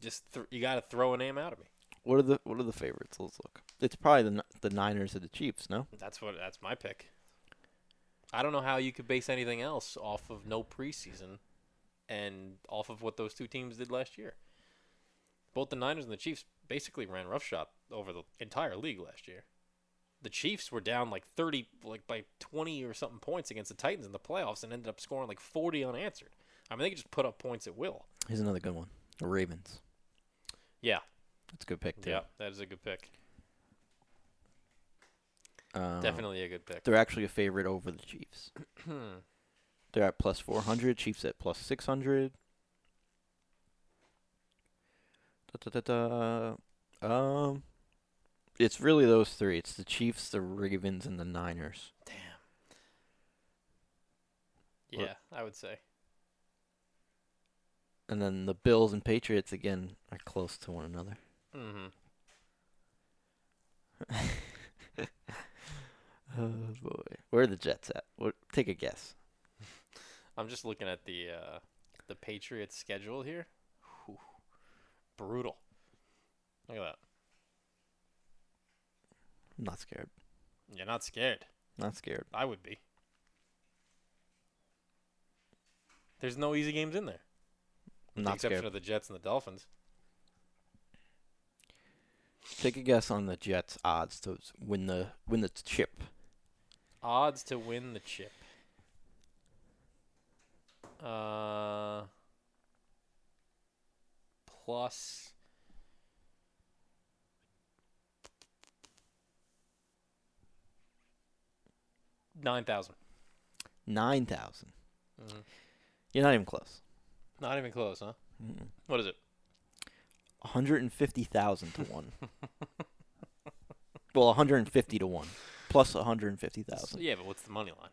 Just th- you got to throw a name out of me. What are the What are the favorites? Let's look. It's probably the Ni- the Niners or the Chiefs. No, That's what. That's my pick. I don't know how you could base anything else off of no preseason, and off of what those two teams did last year. Both the Niners and the Chiefs basically ran roughshod over the entire league last year. The Chiefs were down like thirty, like by twenty or something points against the Titans in the playoffs, and ended up scoring like forty unanswered. I mean, they could just put up points at will. here's another good one. The Ravens. Yeah, That's a good pick too. yeah, that is a good pick. Uh, Definitely a good pick. Hmm. They're actually a favorite over the Chiefs. They're at plus 400. Chiefs at plus 600. Da, da, da, da. Um, it's really those three. It's the Chiefs, the Ravens, and the Niners. Damn. What- Yeah, I would say. And then the Bills and Patriots again are close to one another. Mm-hmm. Oh boy, where are the Jets at? What, take a guess. I'm just looking at the uh, the Patriots schedule here. Whew. Brutal. Look at that. I'm not scared. You're not scared. Not scared. I would be. There's no easy games in there. I'm With the not exception scared. of the Jets and the Dolphins. Take a guess on the Jets' odds to s- win the win the chip. Odds to win the chip. Uh, plus. Nine thousand. Nine thousand. Mhm. You're not even close. Not even close, huh? Mm-mm. What is it? 150,000 to 1. well, 150 to 1 plus 150,000. Yeah, but what's the money line?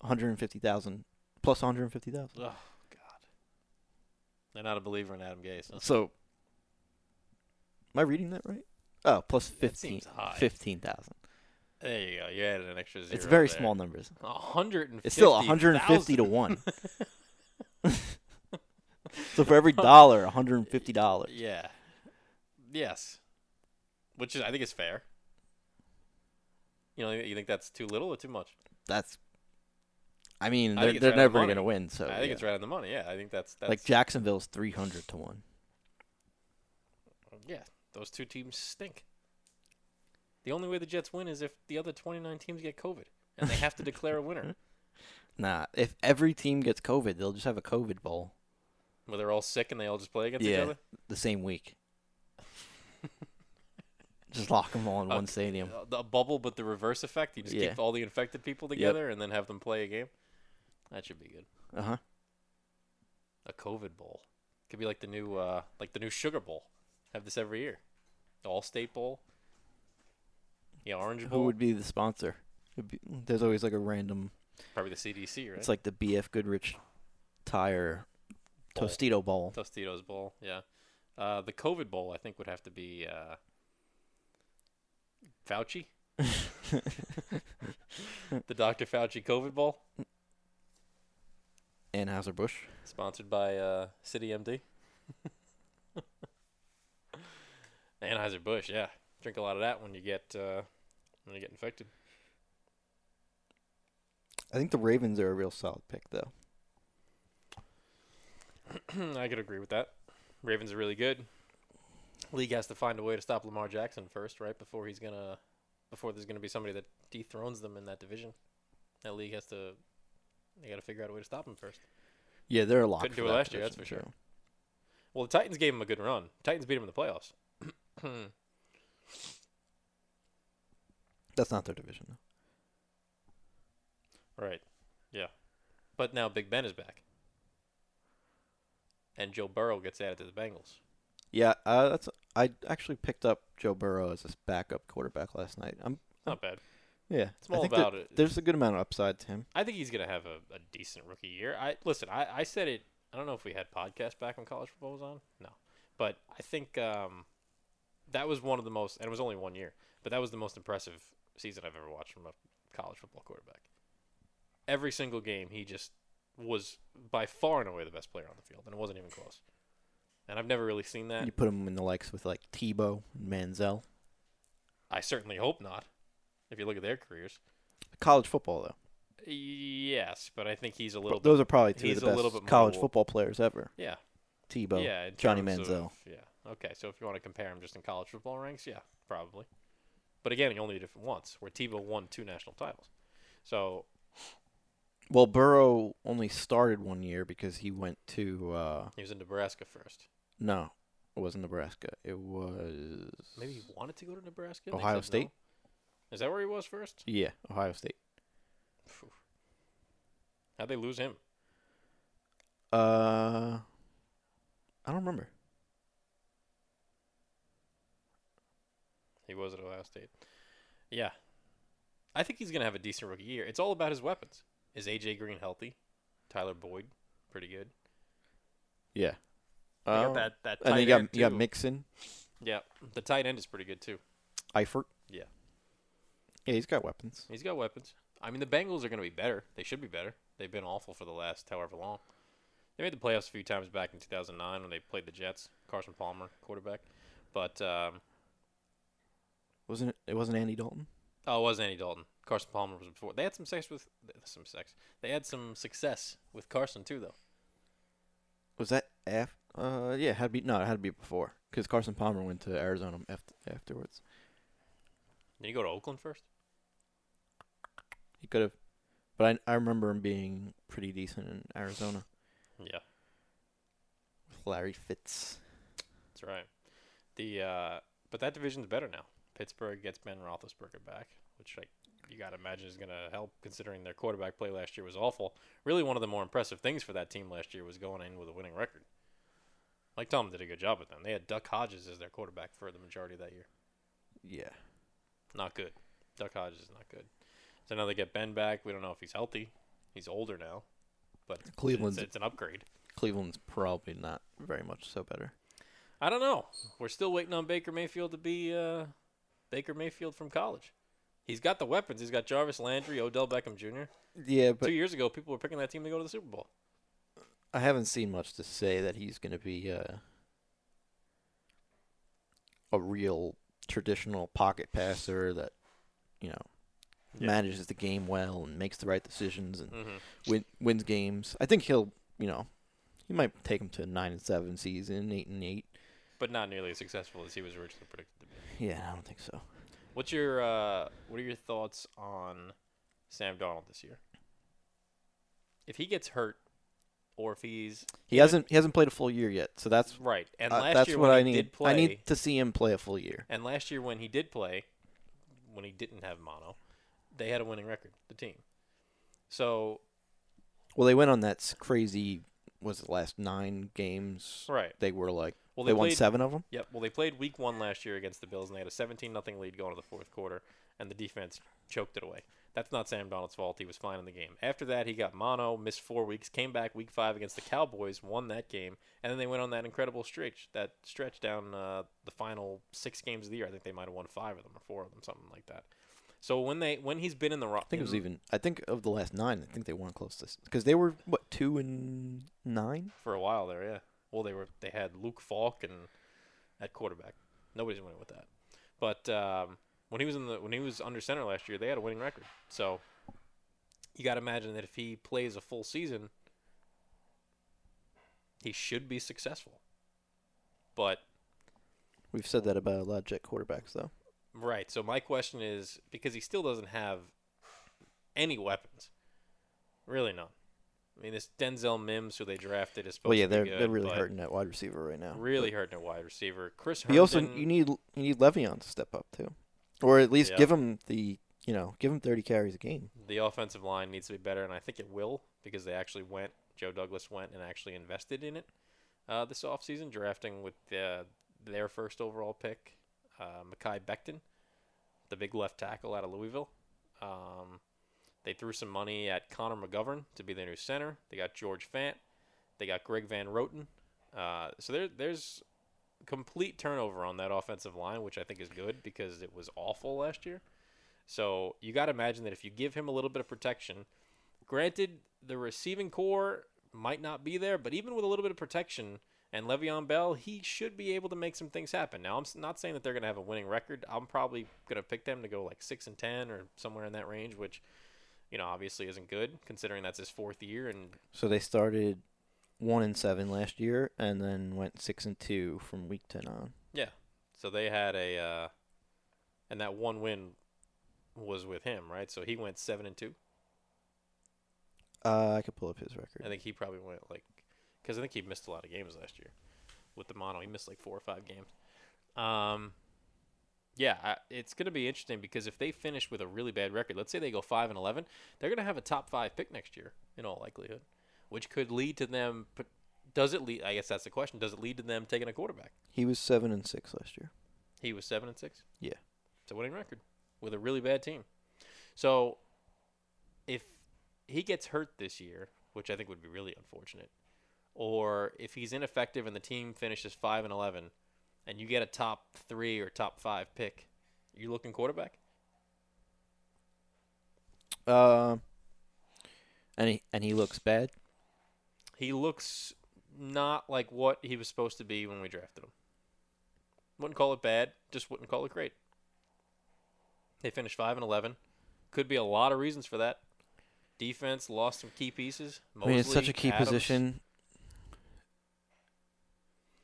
150,000 plus 150,000. Oh God. They're not a believer in Adam Gase. Huh? So Am I reading that right? Oh, plus That 15 seems high. 15,000. There you go. You added an extra zero. It's very there. small numbers. A hundred and It's still 150 to 1,000. 1. (laughs) so for every dollar, 150 dollars. Yeah. Yes. Which is, I think is fair. You know, you think that's too little or too much? That's I mean, I they're, think it's they're right on the never money. going to win, so I think Oh, yeah. it's right on the money. Yeah, I think that's that's Like Jacksonville's 300 to 1. um, yeah. Those two teams stink. The only way the Jets win is if the other 29 teams get COVID and they have to declare a winner. (laughs) Nah, if every team gets COVID, they'll just have a COVID bowl Where they're all sick and they all just play against each Yeah. other. the same (laughs) week. just lock them all in one Okay, stadium. Uh, The bubble, but the reverse effect. You just Yeah. keep all the infected people together and then have them play a game. That should be good. Uh huh. A COVID bowl. Could be like the new uh like the new sugar bowl. Have this every year. The All State Bowl. The Orange Bowl. Who would be the sponsor? It'd Be, there's always like a random. Probably the CDC, right? It's like the BF Goodrich Tire Bowl. Tostito Bowl. Tostitos Bowl, yeah. Uh the COVID bowl I think would have to be uh (laughs) Fauci. the Dr. Fauci COVID bowl. Anheuser Busch. Sponsored by uh, City (laughs) MD. Anheuser Busch, yeah. Drink a lot of that when you get uh, when you get infected. I think the Ravens are a real solid pick, though. (clears throat) I could agree with that. Ravens are really good. League has to find a way to stop Lamar Jackson first, right? Before he's gonna before there's gonna be somebody that dethrones them in that division. That league has to they gotta figure out a way to stop him first. Yeah, they're a lock. Couldn't for do it that last year, that's division, for sure. Well the Titans gave him a good run. Titans beat him in (clears throat) the playoffs. so- That's not their division. Though. right. Yeah. But now Big Ben is back. and Joe Burrow gets added to the Bengals. Yeah, uh, that's I actually picked up Joe Burrow as a backup quarterback last night. I'm Not bad. yeah. It's all I Oh. think about that it. There's a good amount of upside to him. I think he's gonna have a, a decent rookie year. I listen. I, I said it. I don't know if we had podcast back when college football was on. No, but I think um, that was one of the most, and it was only one year, but that was the most impressive season I've ever watched from a college football quarterback. Every single game, he just was by far and away the best player on the field, and it wasn't even close. And I've never really seen that. You put him in the likes with like Tebow and Manziel. I certainly hope not. If you look at their careers, College football though. yes, but I think he's a little. bit, Those are probably two he's of a the little best bit more college wa- football players ever. yeah, Tebow, yeah, in Johnny terms Manziel. of- yeah. Okay, so if you want to compare him just in college football ranks, yeah, probably. But again, he only did it once, where Tebow won two national titles. So Well, Burrow only started one year because he went to uh, he was in Nebraska first. no, it wasn't Nebraska. It was Maybe he wanted to go to Nebraska. and they Ohio said no? State? Is that where he was first? yeah, Ohio State. Phew. How'd they lose him? Uh, I don't remember. He was at Ohio State. Yeah, I think he's gonna have a decent rookie year. It's all about his weapons. Is AJ Green healthy? Tyler Boyd, pretty good. Yeah, They Uh, got that that tight and then you got end you got too. Mixon, Yeah, the tight end is pretty good too. Eifert. Yeah. yeah, he's got weapons. He's got weapons. I mean, the Bengals are going to be better. They should be better. They've been awful for the last however long. They made the playoffs a few times back in 2009 when they played the Jets. Carson Palmer, quarterback. But, um, Wasn't it? It wasn't Andy Dalton. oh, it wasn't Andy Dalton. Carson Palmer was before. They had some sex with, some sex. They had some success with Carson, too, though. Was that af? Uh, yeah, it had to be no, it had to be before because Carson Palmer went to Arizona after, afterwards. Did he go to Oakland first? He could have, but I I remember him being pretty decent in Arizona Yeah, with Larry Fitz. that's right. The, uh, but that division's better now. Pittsburgh gets Ben Roethlisberger back, which, like, you got to imagine is going to help considering their quarterback play last year was awful. Really, one of the more impressive things for that team last year was going in with a winning record. Mike Tomlin did a good job with them. They had Duck Hodges as their quarterback for the majority of that year. Yeah, Not good. Duck Hodges is not good. So now they get Ben back. We don't know if he's healthy. He's older now, but it's- Cleveland's- it's, an upgrade. Cleveland's probably not very much so better. I don't know. We're still waiting on Baker Mayfield to be uh, Baker Mayfield from college. He's got the weapons. He's got Jarvis Landry, Odell Beckham Jr. Yeah, but Two years ago, people were picking that team to go to the Super Bowl. I haven't seen much to say that he's going to be uh, a real traditional pocket passer that you know Yeah. manages the game well and makes the right decisions and Mm-hmm. win, wins games. I think he'll, you know, he might take him to a nine and seven season, eight and eight. but not nearly as successful as he was originally predicted to be. Yeah, I don't think so. What's your uh, what are your thoughts on Sam Donald this year? If he gets hurt, or if he's He hasn't he hasn't played a full year yet, so that's right, and uh, last that's year what when I he need. did play, I need to see him play a full year. and last year when he did play, when he didn't have mono, they had a winning record. The team. So Well, they went on that s- crazy. Was it last nine games? right, They were like well they, they, won played, seven of them. Yep. Well, they played week one last year against the Bills, and they had a 17 nothing lead going to the fourth quarter, and the defense choked it away. That's not Sam Donald's fault. He was fine in the game. After that, he got mono, missed four weeks, came back week five against the Cowboys, won that game, and then they went on that incredible stretch, that stretch down uh, the final six games of the year. I think they might have won five of them or four of them, something like that. So when they when he's been in the rock, I think it was even. I think of the last nine, I think they won close this because they were what two and nine. for a while there, yeah. Well, they were they had Luke Falk and at quarterback. Nobody's winning with that. But um, when he was in the when he was under center last year, they had a winning record. So you got to imagine that if he plays a full season, he should be successful. But We've said that about a lot of jet quarterbacks, though. Right. So my question is because he still doesn't have any weapons, really none. I mean, this Denzel Mims who they drafted is supposed Well, yeah, to be they're Oh, good, they're really but hurting that wide receiver right now. Really hurting a wide receiver. Chris. But you also Herndon- you need you need Le'Veon to step up too, or at least Yeah. give him the you know give him thirty carries a game. the offensive line needs to be better, and I think it will because they actually went. Joe Douglas went and actually invested in it. uh, this offseason, drafting with uh, their first overall pick, uh, Makai Becton, the big left tackle out of Louisville. Um, they threw some money at Connor McGovern to be their new center. They got George Fant. They got Greg Van Roten. Uh, so there, there's complete turnover on that offensive line, which I think is good because it was awful last year. So you got to imagine that if you give him a little bit of protection, granted the receiving core might not be there, but even with a little bit of protection and Le'Veon Bell, he should be able to make some things happen. Now I'm s- not saying that they're going to have a winning record. I'm probably going to pick them to go like six and ten or somewhere in that range, which you know obviously isn't good considering that's his fourth year and So they started one and seven last year, and then went six and two from week ten on. So they had a, uh, and that one win was with him, right? So he went seven and two. Uh, I could pull up his I record. think he probably went like, because I think he missed a lot of games last year with the mono. He missed like four or five games. Um, yeah, I, it's going to be interesting because if they finish with a really bad record, let's say they go five and eleven, they're going to have a top five pick next year in all likelihood, which could lead to them. But does it lead? I guess that's the question. Does it lead to them taking a quarterback? He was seven and six last year. He was seven and six. Yeah. It's a winning record with a really bad team. So if he gets hurt this year, which I think would be really unfortunate, or if he's ineffective and the team finishes five and eleven and you get a top three or top five pick, you looking quarterback? Um, and he and he looks bad. He looks not like what he was supposed to be when we drafted him. Wouldn't call it bad, just wouldn't call it great. They finished five and eleven. Could be a lot of reasons for that. Defense lost some key pieces. I mean, it's such Mosley, a key Adams. position.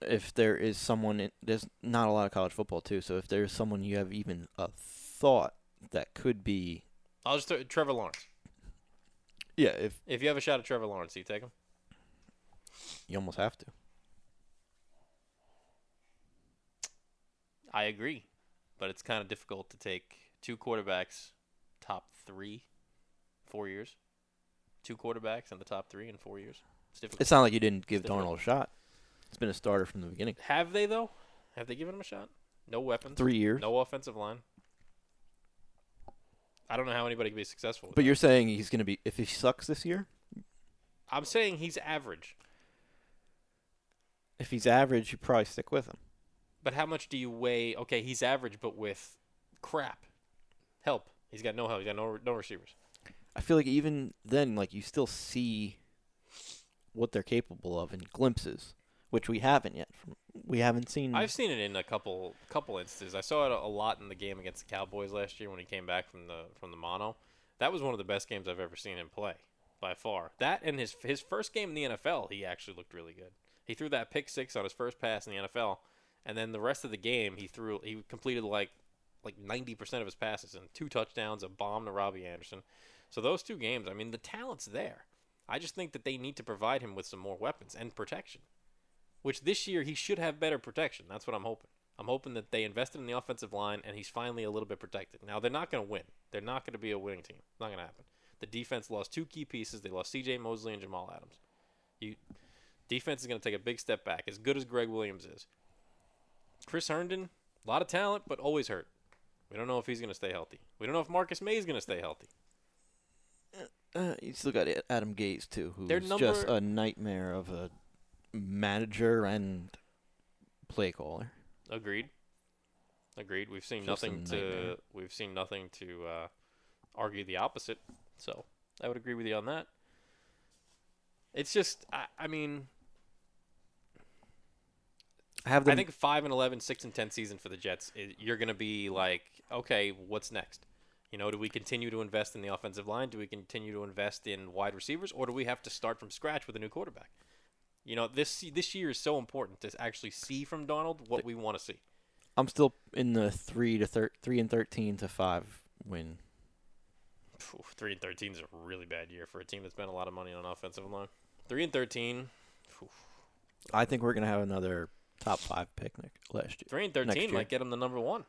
If there is someone, in, there's not a lot of college football too. So if there's someone you have even a thought that could be, I'll just throw Trevor Lawrence. yeah, if If you have a shot at Trevor Lawrence, do you take him? you almost have to. I agree, but it's kind of difficult to take two quarterbacks, top three, four years. Two quarterbacks in the top three in four years. It's difficult. It's not like you didn't give different. Darnold a shot. It's been a starter from the beginning. Have they though? Have they given him a shot? No weapons. Three years. No offensive line. I don't know how anybody can be successful. With But that. you're saying he's going to be if he sucks this year, I'm saying he's average. if he's average, you probably stick with him. But how much do you weigh? Okay, he's average, but with crap help. He's got no help. He's got no no receivers. I feel like even then, like you still see what they're capable of in glimpses, which we haven't yet. From, we haven't seen. I've seen it in a couple couple instances. I saw it a, a lot in the game against the Cowboys last year when he came back from the from the mono. That was one of the best games I've ever seen him play by far. That and his his first game in the NFL, he actually looked really good. He threw that pick six on his first pass in the NFL, and then the rest of the game he threw he completed like like 90% of his passes and two touchdowns, a bomb to Robbie Anderson. So those two games, I mean, the talent's there. I just think that they need to provide him with some more weapons and protection which this year he should have better protection. That's what I'm hoping. I'm hoping that they invested in the offensive line and he's finally a little bit protected. Now they're not going to win. They're not going to be a winning team. Not going to happen. The defense lost two key pieces. They lost C.J. Mosley and Jamal Adams. You defense is going to take a big step back. As good as Greg Williams is, Chris Herndon, a lot of talent, but always hurt. We don't know if he's going to stay healthy. We don't know if Marcus May is going to stay healthy. uh, you still got A- Adam Gates too, who's Their just number- a nightmare of a manager and play caller. Agreed. Agreed. We've seen Just a nothing nightmare. to we've seen nothing to uh, argue the opposite. So I would agree with you on that. It's just I, I mean I have them. I think five and 11, 6 and ten season for the Jets. i you're going to be like, okay, what's next? You know, do we continue to invest in the offensive line? Do we continue to invest in wide receivers, or do we have to start from scratch with a new quarterback? You know, this this year is so important to actually see from Donald what we want to see. I'm still in the three to thir- three and thirteen to five win. Phew, three and thirteen is a really bad year for a team that spent a lot of money on offensive line. Three and thirteen, phew, I think we're gonna have another top five picnic last year. three and Next thirteen year. might get them the number one.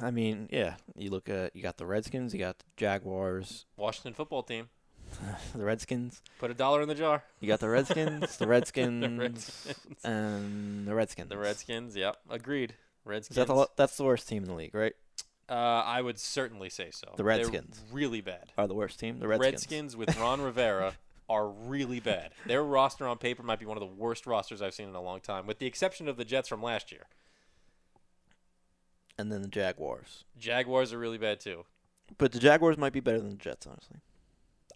I mean, yeah. You look at you got the Redskins, you got the Jaguars, (sighs) Washington football team. the Redskins. Put a dollar in the jar. You got the Redskins, (laughs) the Redskins, Redskins. and the Redskins. The Redskins. Yep. Agreed. Is Redskins. that the, lo- that's the worst team in the league, right? uh, I would certainly say so. The They're Redskins. really bad. Are the worst team the Redskins. Redskins? with (laughs) Ron Rivera are really bad. Their roster on paper might be one of the worst rosters I've seen in a long time, with the exception of the Jets from last year. and then the Jaguars. Jaguars are really bad too. But the Jaguars might be better than the Jets, honestly.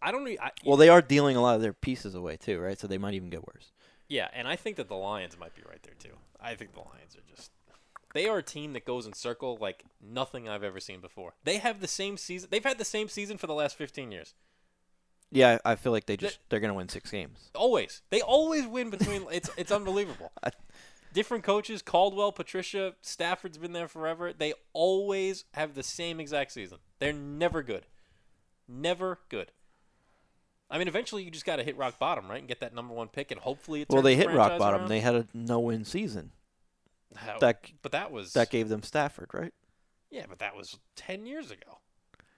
I don't. Re- I, Well, they are dealing a lot of their pieces away too, right? So they might even get worse. Yeah, and I think that the Lions might be right there too. I think the Lions are just (laughs) they are a team that goes in circle like nothing I've ever seen before. They have the same season. They've had the same season for the last 15 years. Yeah, I I feel like they just they're gonna win six games. Always. They always (laughs) win between it's it's unbelievable. I- Different coaches, Caldwell, Patricia, Stafford's been there forever. They always have the same exact season. They're never good. Never good. I mean, eventually you just got to hit rock bottom, right? And get that number 1 pick and hopefully it Well, turns they hit the rock franchise bottom. around. They had a no-win season. How- that- But that was That gave them Stafford, right? Yeah, but that was 10 years ago.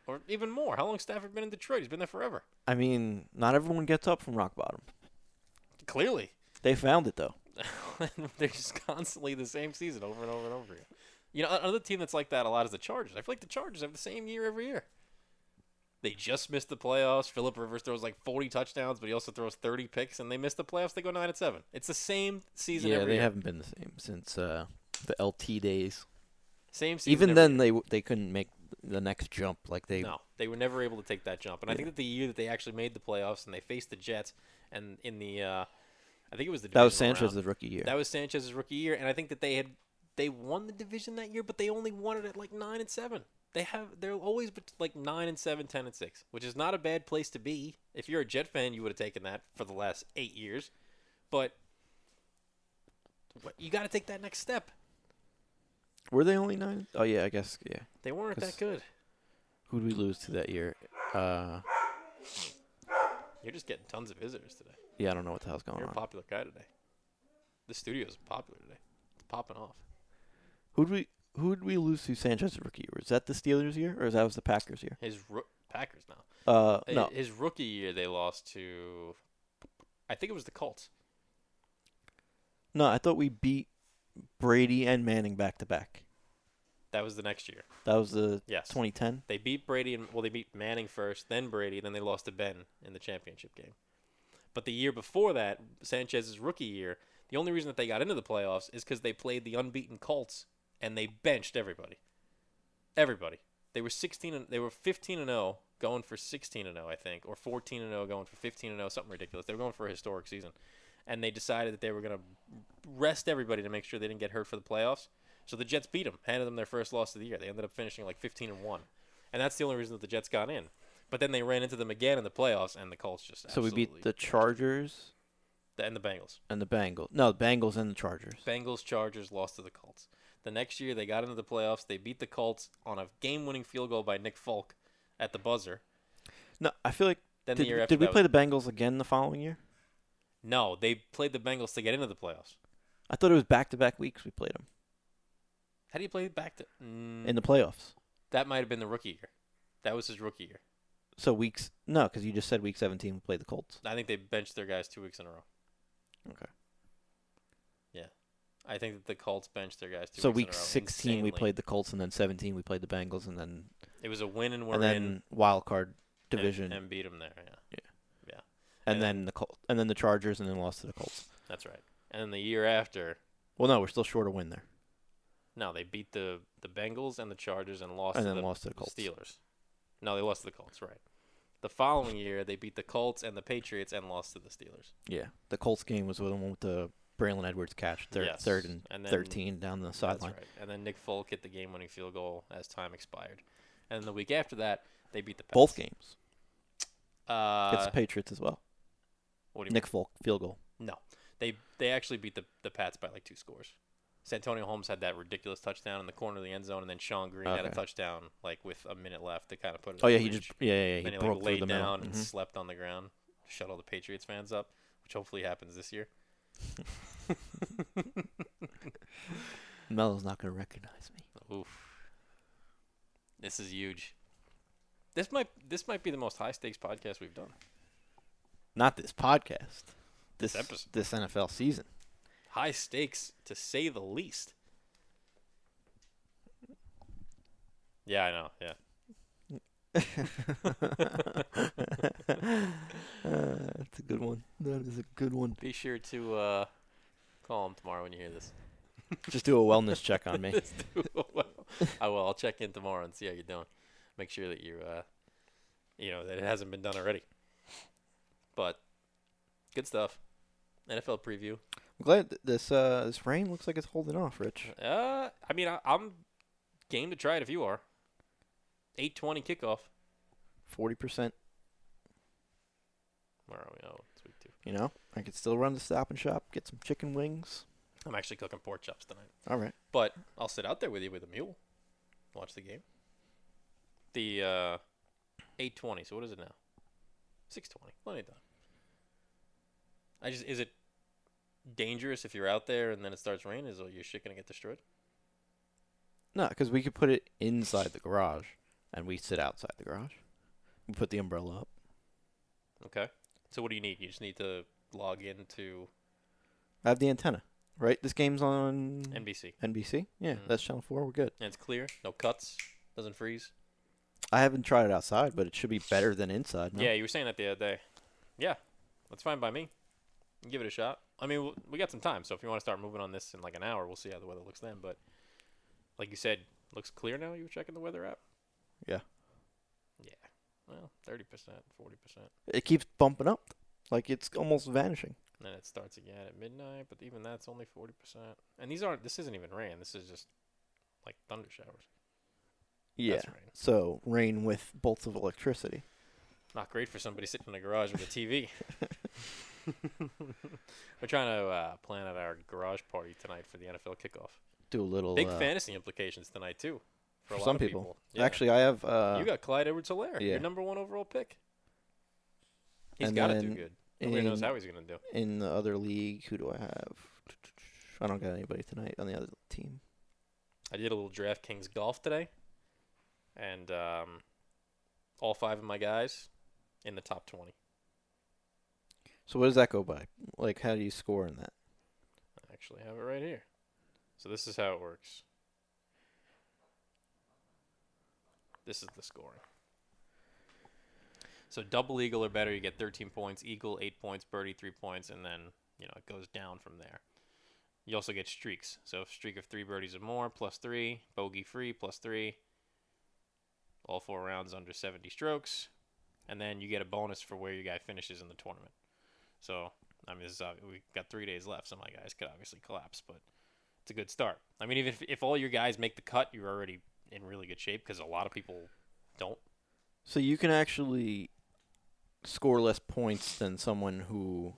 Or even more. How long Stafford been in Detroit? He's been there forever. I mean, not everyone gets up from rock bottom. (laughs) Clearly. They found it though. They're just constantly the same season over and over and over again. You know, another team that's like that a lot is the Chargers. I feel like the Chargers have the same year every year. They just missed the playoffs. Philip Rivers throws like 40 touchdowns, but he also throws 30 picks, and they miss the playoffs. They go 9 and 7. It's the same season yeah, every they year. haven't been the same since uh, the LT days. Same season. Even every then, they w- they couldn't make the next jump like they. No, they were never able to take that jump. And I think that the year that they actually made the playoffs and they faced the Jets, and in the, uh, I think it was the That was divisional round. Sanchez's rookie year. That was Sanchez's rookie year, and I think that they had they won the division that year, but they only won it at like nine and seven. They have they're always bet- like nine and seven, ten and six, which is not a bad place to be. If you're a Jet fan, you would have taken that for the last eight years, but what, you got to take that next step. Were they only nine? Oh yeah, I guess yeah. They weren't Because- that good. Who'd we lose to that year? Uh, You're just getting tons of visitors today. yeah, I don't know what the hell's going You're a on. popular guy today. The studio's popular today. It's popping off. Who'd we who'd we lose to Sanchez's rookie year? Was that the Steelers year or that was the Packers year? His roo- Packers now. Uh, Uh, no, His rookie year, they lost to. I think it was the Colts. no, I thought we beat Brady and Manning back to back. That was the next year. That was the Yes. 2010. They beat Brady and well, they beat Manning first, then Brady, then they lost to Ben in the championship game. But the year before that, Sanchez's rookie year, the only reason that they got into the playoffs is because they played the unbeaten Colts and they benched everybody. Everybody. They were 16 and they were 15 and 0 going for 16 and 0, I think, or 14 and 0 going for 15 and 0, something ridiculous. They were going for a historic season. And they decided that they were going to rest everybody to make sure they didn't get hurt for the playoffs. So the Jets beat them, handed them their first loss of the year. They ended up finishing like 15 and 1. And that's the only reason that the Jets got in. But then they ran into them again in the playoffs and the Colts just So we beat absolutely- the Chargers and the Bengals. and the Bengals. No, the Bengals and the Chargers. Bengals Chargers lost to the Colts. The next year they got into the playoffs. They beat the Colts on a game-winning field goal by Nick Folk at the buzzer. No, I feel like Then did, the year after did we that play was- the Bengals again the following year? No, they played the Bengals to get into the playoffs. I thought it was back to back weeks we played them How do you play back to? Mm, in the playoffs. that might have been the rookie year. That was his rookie year. So weeks no, because you just said week 17 we played the Colts. I think they benched their guys two weeks in a row. Okay. I think that the Colts benched their guys two. so weeks week in a row 16 we insanely. played the Colts and then 17 we played the Bengals and then It was a win and we're and then in and- wild card division and, beat them there. Yeah, and and- then the Col- and then the Chargers and then lost to the Colts. that's right. And then the year after, Well, no, we're still short a win there. no, they beat the the Bengals and the Chargers and lost. And to then the lost to the Colts. Steelers. No, they lost to the Colts, right. The following year, they beat the Colts and the Patriots and lost to the Steelers. Yeah, the Colts game was the one with the Braylon Edwards catch, third, Yes. third and, And then- 13 down the That's sideline. right. And then Nick Folk hit the game-winning field goal as time expired. And the week after that, they beat the Pats. Both games. It's Uh, the Patriots as well. what do you Nick Folk field goal. mean? No, they they actually beat the the Pats by like two scores. Santonio Holmes had that ridiculous touchdown in the corner of the end zone, and then Sean Green had a Okay. touchdown like with a minute left to kind of put it. Oh yeah, in he reach. just yeah yeah, yeah he and he broke like, through laid the middle. down and Mhm. slept on the ground, shut all the Patriots fans up, which hopefully happens this year. Melo's not gonna recognize me. Oof. This is huge. This might this might be the most high stakes podcast we've done. Not this podcast. This episode. this NFL season. (laughs) High stakes, to say the least. Yeah, I know. Yeah. Uh, that's a good one. That is a good one. Be sure to uh, call him tomorrow when you hear this. Just do a wellness check on (laughs) me. Let's do a well- (laughs) I will. I'll check in tomorrow and see how you're doing. Make sure that you, uh, you know, that it hasn't been done already. But good stuff. NFL preview. I'm glad th- this uh, this rain looks like it's holding off, Rich. Uh, I mean, I, I'm game to try it if you are. 8:20 kickoff. Forty percent. Where are we? Oh, it's week two. You know, I could still run to Stop and Shop, get some chicken wings. I'm actually cooking pork chops tonight, All right. but I'll sit out there with you with a mule, watch the game. The uh, 8:20. So what is it now? 6:20. Plenty of time. I just is it dangerous if you're out there and then it starts raining? Is all your shit gonna get destroyed? No, because we could put it inside the garage, and we sit outside the garage. We put the umbrella up. Okay. So what do you need? You just need to log into I have the antenna, right? This game's on NBC. NBC. Yeah, Mm. that's channel four. We're good. And it's clear, no cuts, doesn't freeze. I haven't tried it outside, but it should be better than inside. no? Yeah, you were saying that the other day. Yeah, that's fine by me. Give it a shot. I mean, w- we got some time, so if you want to start moving on this in like an hour, we'll see how the weather looks then. But like you said, looks clear now. You were checking the weather app. Yeah. Yeah. Well, thirty percent, forty percent, It keeps bumping up, like it's almost vanishing. and then it starts again at midnight. But even that's only forty percent. And these aren't. This isn't even rain. This is just like thunder showers. Yeah. That's rain. So rain with bolts of electricity. Not great for somebody sitting in a garage with a TV. We're trying to uh, plan out our garage party tonight for the NFL kickoff. Do a little. Big uh, fantasy implications tonight too. For, a for lot some of people. people. Yeah. Actually, I have. Uh, you got Clyde Edwards-Helaire, yeah. your number one overall pick. He's And got to do then good. Nobody knows in- how he's going to do. in the other league, who do I have? I don't got anybody tonight on the other team. I did a little DraftKings golf today, and um, all five of my guys in the top twenty. So what does that go by? Like, how do you score in that? I actually have it right here. So this is how it works. This is the scoring. So double eagle or better, you get 13 points. Eagle, 8 points. Birdie, 3 points. And then, you know, it goes down from there. You also get streaks. So if streak of 3 birdies or more, plus 3. Bogey free, plus 3. All four rounds under 70 strokes. And then you get a bonus for where your guy finishes in the tournament. So I mean, this is, ob- we got three days left. Some of my guys could obviously collapse, but it's a good start. I mean, even if, if all your guys make the cut, you're already in really good shape because a lot of people don't. So you can actually score less points than someone who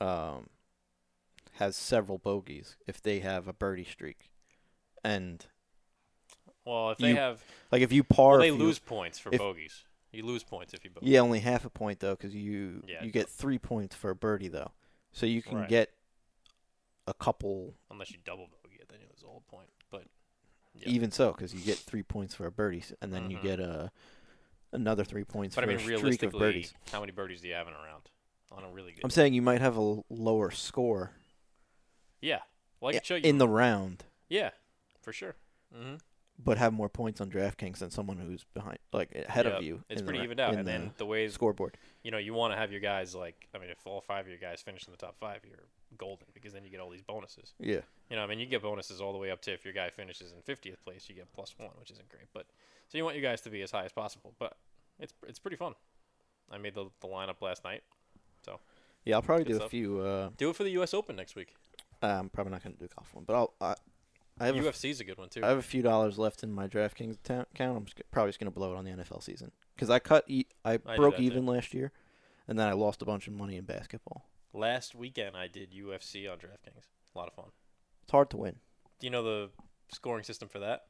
um, has several bogeys if they have a birdie streak, and Well, if they You- have, like if you par, well, they if you- lose points for if- bogeys. You lose points if you bogey. Yeah, only half a point though, because you Yeah, you it's get three points for a birdie though, so you can Right. get a couple. Unless you double bogey it, then you lose a whole point. But Yeah. Even so, because you get three points for a birdie, s- and then you Mhm. get a another three points but I for mean, a streak of realistically, birdies. how many birdies do you have in a round on a really good? I'm day? saying you might have a l- lower score yeah, well, I i- can show you. in the round, yeah, for sure. hmm but have more points on DraftKings than someone who's behind, like ahead Yep. of you. It's in the pretty ra- evened out. in And the then the way scoreboard. you know, you want to have your guys like, I mean, if all five of your guys finish in the top five, you're golden because then you get all these bonuses. Yeah, You know, I mean, you get bonuses all the way up to if your guy finishes in 50th place, you get plus one, which isn't great. But so you want your guys to be as high as possible. But it's it's pretty fun. I made the, the lineup last night. yeah. I'll probably Good do a stuff. few. Uh, Do it for the U.S. Open next week. I'm probably not going to do a golf one, but I'll. I, I have a UFC's a good one too. I have a few dollars left in my DraftKings ta- account. I'm just, g- probably just gonna blow it on the NFL season because I cut. E- I do broke that, too. even last year, and then I lost a bunch of money in basketball. last weekend I did UFC on DraftKings. A lot of fun. It's hard to win. Do you know the scoring system for that?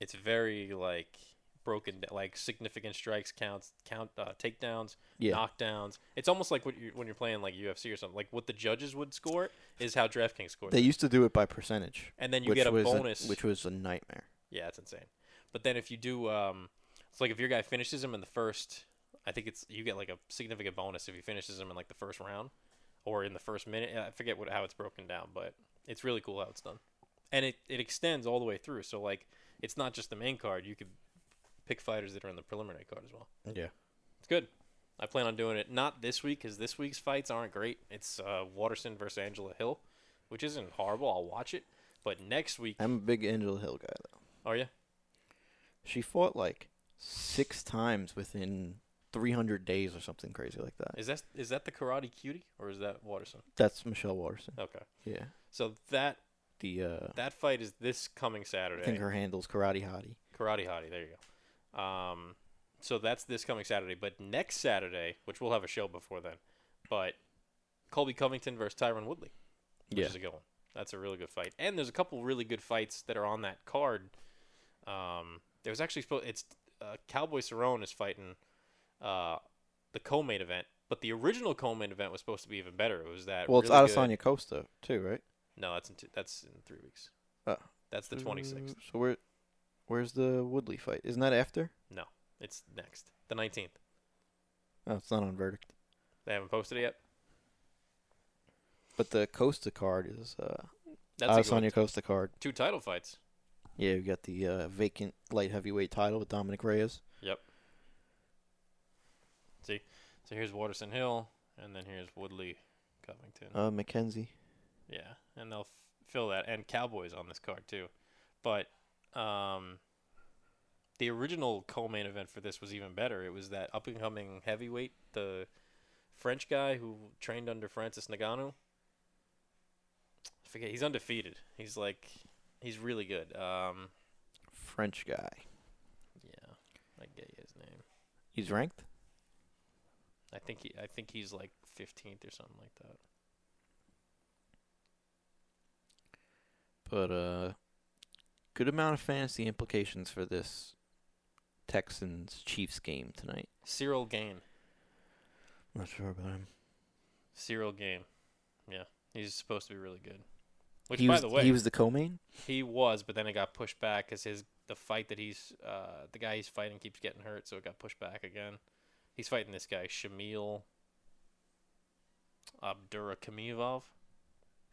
It's very like broken, d- like significant strikes counts, count uh, takedowns, Yeah, knockdowns. It's almost like what you when you're playing like UFC or something. Like what the judges would score is how DraftKings scores, they used to do it by percentage, and then you which get a was bonus. which was a nightmare. yeah, it's insane. But then if you do, um, it's like if your guy finishes him in the first, I think it's you get like a significant bonus if he finishes them in like the first round or in the first minute. I forget what how it's broken down, but it's really cool how it's done. And it, it extends all the way through. So like it's not just the main card. You could pick fighters that are in the preliminary card as well. Yeah. It's good. I plan on doing it not this week because this week's fights aren't great. It's uh, Waterson versus Angela Hill, which isn't horrible. I'll watch it. But next week, I'm a big Angela Hill guy though. are you? She fought like six times within 300 days or something crazy like that. Is that is that the Karate Cutie or is that Waterson? That's Michelle Watterson. Okay, Yeah. so that The uh, that fight is this coming I Saturday. think her handle's Karate Hottie. Karate Hottie. There you go. Um, so that's this coming Saturday, but next Saturday, which we'll have a show before then, but Colby Covington versus Tyron Woodley, which Yeah. is a good one. That's a really good fight, and there's a couple really good fights that are on that card. Um, there was actually supposed it's uh, Cowboy Cerrone is fighting uh, the co-main event, but the original co-main event was supposed to be even better. It was that Well, it's really Adesanya good- Costa too, right? No, that's in two, that's in three weeks. Oh. Mm. That's the twenty sixth. So where, where's the Woodley fight? Isn't that after? It's next, the nineteenth. Oh, it's not on verdict. They haven't posted it yet. But the Costa card is uh, That's a good one. Adesanya Costa card. two title fights. Yeah, we got the uh, vacant light heavyweight title with Dominic Reyes. So here's Waterson Hill, and then here's Woodley Covington. Uh, McKenzie. yeah, and they'll f- fill that. And Cowboys on this card too, but um, the original co-main event for this was even better. It was that up and coming heavyweight, the French guy who trained under Francis Nagano. I forget he's undefeated. He's like he's really good. Um, French guy. yeah, I get his name. He's ranked. I think he, I think he's like 15th or something like that. But uh good amount of fantasy implications for this Texans Chiefs game tonight. Cyril Gain. Not sure about him. Cyril Game. Yeah, he's supposed to be really good. Which, he by was, the way, he was the co-main. he was, but then it got pushed back because his the fight that he's uh, the guy he's fighting keeps getting hurt, so it got pushed back again. He's fighting this guy Shamil Abdurakhimov.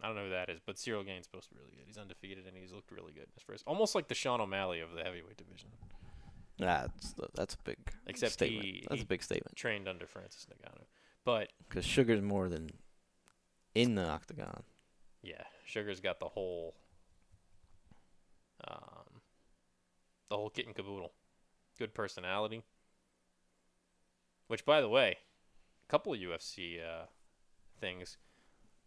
I don't know who that is, but Cyril Gain's supposed to be really good. He's undefeated and he's looked really good in his first, almost like the Sean O'Malley of the heavyweight division, Nah, that's that's a big Except statement. he- that's he- a big statement trained under Francis Nagano. But because Sugar's more than in the octagon. Yeah, Sugar's got the whole, um, the whole kit and caboodle. Good personality. Which, by the way, a couple of UFC uh, things.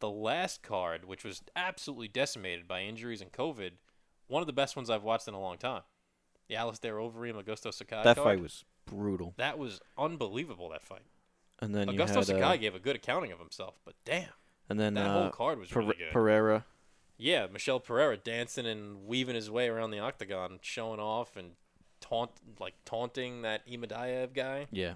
The last card, which was absolutely decimated by injuries and COVID, one of the best ones I've watched in a long time. The Alistair Overeem Augusto Sakai that card. fight was brutal. that was unbelievable. That fight. And then you Augusto had Sakai uh, gave a good accounting of himself, but damn, and then that uh, whole card was Per- really good. Pereira. Yeah, Michelle Pereira dancing and weaving his way around the octagon, showing off and taunt like taunting that Imadayev guy. Yeah,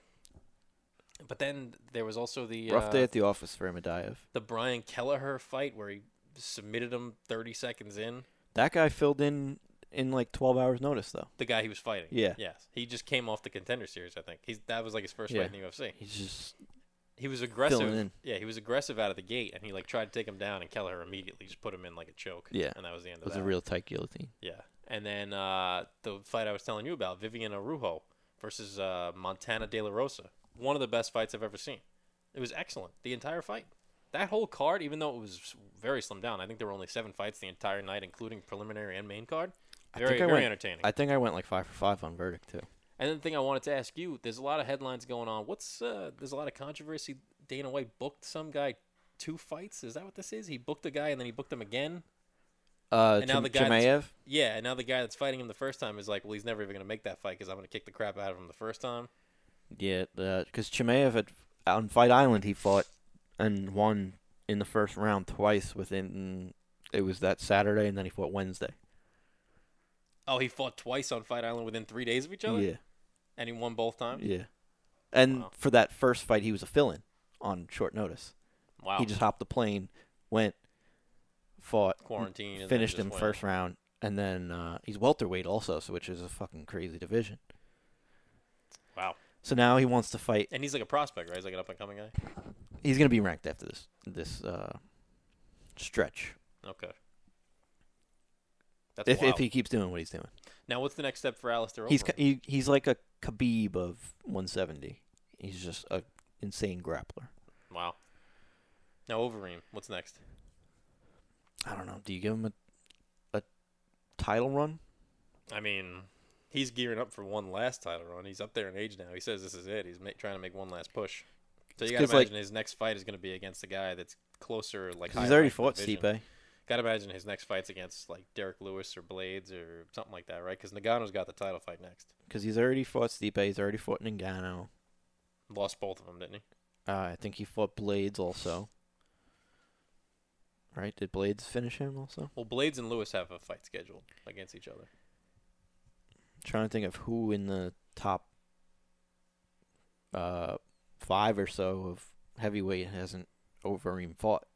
But then there was also the rough uh, day at the office for Amadaev. the Brian Kelleher fight where he submitted him 30 seconds in. That guy filled in in like 12 hours notice though. The guy he was fighting. Yeah. Yes. He just came off the contender series, I think. He's that was like his first Yeah. fight in the UFC. He's just He was aggressive. in. Yeah, he was aggressive out of the gate and he like tried to take him down and Kelleher immediately just put him in like a choke. Yeah. And that was the end it of was that. a real tight guillotine. Yeah. And then uh, the fight I was telling you about, Vivian Arujo versus uh, Montana De La Rosa. One of the best fights I've ever seen. It was excellent, the entire fight. That whole card, even though it was very slimmed down, I think there were only seven fights the entire night, including preliminary and main card. Very, think I very went- entertaining. I think I went like five for five on verdict too. and then the thing I wanted to ask you, there's a lot of headlines going on. What's uh, there's a lot of controversy. Dana White booked some guy two fights. Is that what this is? He booked a guy and then he booked him again. Uh, And now Chim- the guy that's- Chimaev? Yeah, and now the guy that's fighting him the first time is like, well, he's never even gonna make that fight because I'm gonna kick the crap out of him the first time. Yeah, because Chimaev had on Fight Island he fought and won in the first round twice within it was that Saturday and then he fought Wednesday. Oh, he fought twice on Fight Island within three days of each other, Yeah, and he won both times. yeah. And Wow. for that first fight, he was a fill-in on short notice. Wow, He just hopped the plane, went, fought, quarantine. and then finished just him went. first round, and then uh, he's welterweight also, so which is a fucking crazy division. Wow, So now he wants to fight. And he's like a prospect, right? He's like an up and coming guy. He's gonna be ranked after this this uh, stretch Okay. That's if, wild. if he keeps doing what he's doing. now, what's the next step for Alistair? He's Overeem? ca- he, he's like a Khabib of 170. He's just a insane grappler. wow. Now Overeem, what's next? I don't know. Do you give him a a title run? I mean, he's gearing up for one last title run. He's up there in age now. He says this is it. He's ma- trying to make one last push. So It's you gotta 'cause, like- imagine his next fight is gonna be against a guy that's closer, like 'Cause he's already fought fought Stipe. Gotta imagine his next fight's against like Derek Lewis or Blades or something like that, right? Because Nagano's got the title fight next. Because he's already fought Stipe. He's already fought Ngannou. Lost both of them, didn't he? Uh, I think he fought Blades also. Right? Did Blades finish him also? Well, Blades and Lewis have a fight scheduled against each other. trying to think of who in the top uh, five or so of heavyweight hasn't Overeem fought.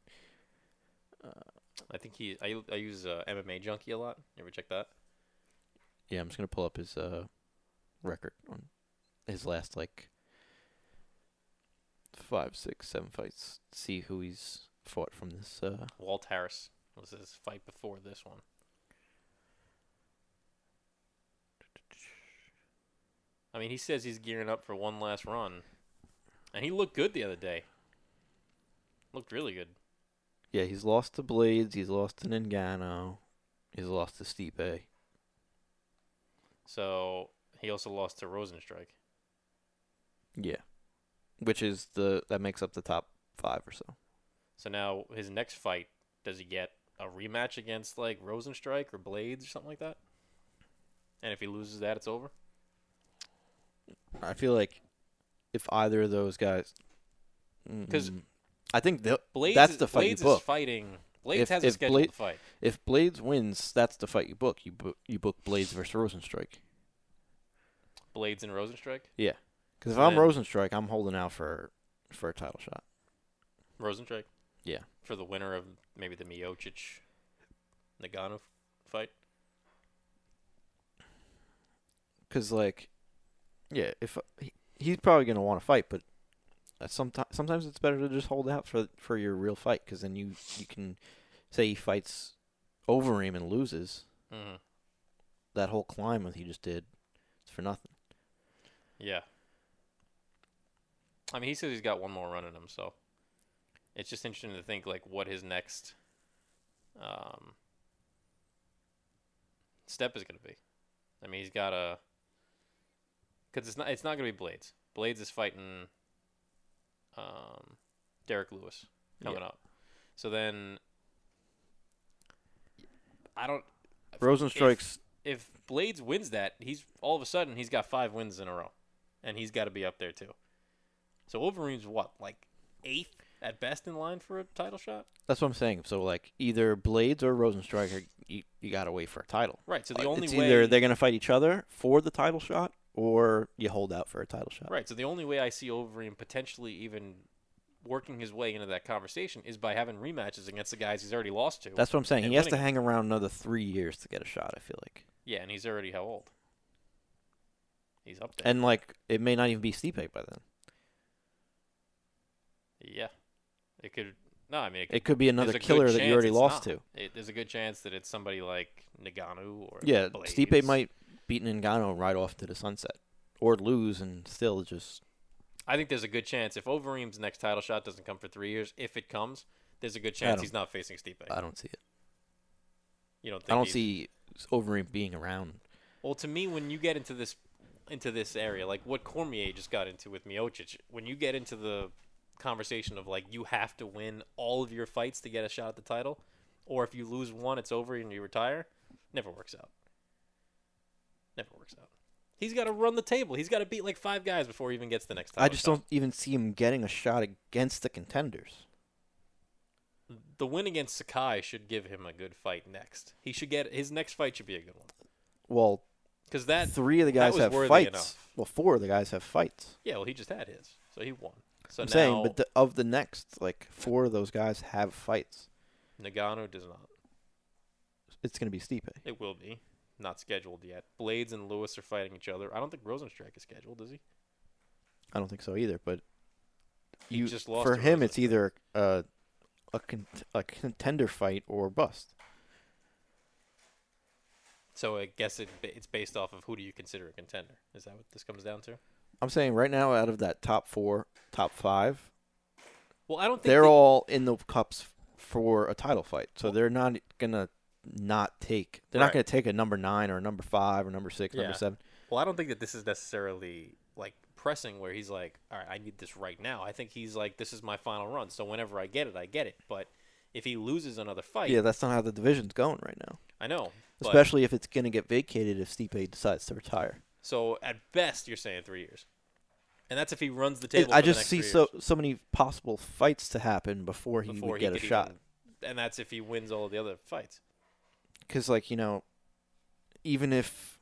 I think he. I, I use uh, MMA Junkie a lot. You ever check that? Yeah, I'm just gonna pull up his uh, record on his last like five, six, seven fights. See who he's fought from this. Uh, Walt Harris was his fight before this one. I mean, he says he's gearing up for one last run, and he looked good the other day. Looked really good. yeah, he's lost to Blades. He's lost to Ngannou. He's lost to Stipe. So he also lost to Rosenstrike. Yeah, which is the that makes up the top five or so. So now his next fight, does he get a rematch against like Rosenstrike or Blades or something like that? And if he loses that, it's over. I feel like if either of those guys, 'Cause Mm, I think the Blades. that's is- the fight Blades you book. is fighting. Blades If- has a if scheduled Bla- fight. If Blades wins, that's the fight you book. You book you book Blades versus Rosenstrike. Blades and Rosenstrike. Because if I'm Then- Rosenstrike, I'm holding out for for a title shot. Rosenstrike. Yeah. For the winner of maybe the Miocic Nagano fight. Because like, yeah, if he, he's probably gonna want to fight, but sometimes sometimes it's better to just hold out for for your real fight. Because then you you can say he fights Overeem and loses Mm-hmm. that whole climb that he just did. It's for nothing. Yeah. I mean, he says he's got one more run in him, so it's just interesting to think like what his next um, step is going to be. I mean, he's got a because it's not it's not going to be Blades. Blades is fighting um, Derek Lewis coming up, so then I don't Rosenstrike's if Blades wins that, he's all of a sudden he's got five wins in a row, and he's got to be up there too. So Overeem's what like eighth at best in line for a title shot, That's what I'm saying. So like either Blades or Rosenstrike, are, you, you gotta wait for a title. right? So the Uh, only it's way either they're gonna fight each other for the title shot, or you hold out for a title shot. right. So the only way I see Overeem potentially even working his way into that conversation is by having rematches against the guys he's already lost to. That's what I'm saying. And He has to winning. hang around another three years to get a shot. I feel like, yeah, and he's already how old? He's up there. and like it may not even be Stipe by then. yeah, it could. No, I mean it could, It could be another there's a good killer that you chance already it's lost not. to. It, there's a good chance that it's somebody like Nagano or Yeah, Blades. Stipe might beat Ngannou right off to the sunset, or lose and still just I think there's a good chance if Overeem's next title shot doesn't come for three years, if it comes, there's a good chance don't- he's not facing Stipe. I don't see it. you don't think I don't he's- see Overeem being around. Well, to me, when you get into this into this area, like what Cormier just got into with Miocic, when you get into the conversation of like you have to win all of your fights to get a shot at the title, or if you lose one, it's over and you retire, never works out. Never works out. He's got to run the table. He's got to beat like five guys before he even gets the next title. I just shot. don't even see him getting a shot against the contenders. the win against Sakai should give him a good fight next. He should get his next fight should be a good one Well, because that three of the that guys was have worthy fights. enough. Well, four of the guys have fights. yeah, well he just had his, so he won. So I'm now saying, but the, of the next, like four of those guys have fights. Nagano does not. It's gonna be Stipe. It will be not scheduled yet. Blades and Lewis are fighting each other. I don't think Rosenstrike is scheduled, is he? I don't think so either. But He you just lost for to him, Rose, it's either uh, a con- a contender fight or bust. So I guess it, it's based off of who do you consider a contender? Is that what this comes down to? I'm saying right now, out of that top four, top five, Well, I don't think they're that- all in the cups for a title fight. So they're not gonna not take. They're Right. not gonna take a number nine or a number five or number six, Yeah. number seven. Well, I don't think that this is necessarily like pressing where he's like, all right, I need this right now. I think he's like, this is my final run. So whenever I get it, I get it. But if he loses another fight, Yeah, that's not how the division's going right now. I know. But, Especially if it's gonna get vacated if Stipe decides to retire. so at best, you're saying three years, and that's if he runs the It- table. I for the just next see three so years, so many possible fights to happen before he before would get a could shot. even- and that's if he wins all of the other fights. Because like you know, even if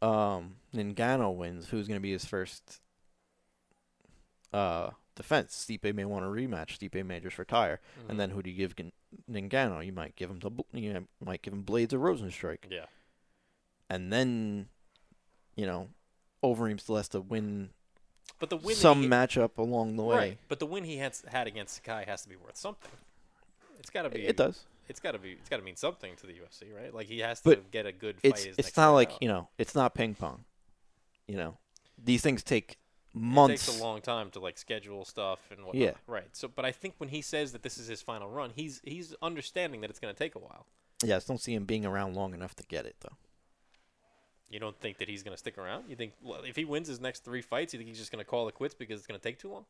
um Ngannou wins, who's gonna be his first uh defense? Stipe may want a rematch. Stipe may just retire, Mhm. and then who do you give Gan- Ngannou? You might give him the bl- you know, might give him Blades or Rosenstrike, Yeah, and then you know, Overeem still has to win but the win that some he, matchup along the way. right, But the win he has had against Sakai has to be worth something. It's got to be. It does. It's got to be. It's got to mean something to the UFC, right? Like he has to But get a good fight. it's his it's next not fight like out. you know it's not ping pong you know these things take It months takes a long time to like schedule stuff and whatnot. Yeah. Right. So, but I think when he says that this is his final run, he's he's understanding that it's going to take a while. yeah I just don't see him being around long enough to get it though You don't think that he's going to stick around? You think well, if he wins his next three fights, you think he's just going to call it quits because it's going to take too long?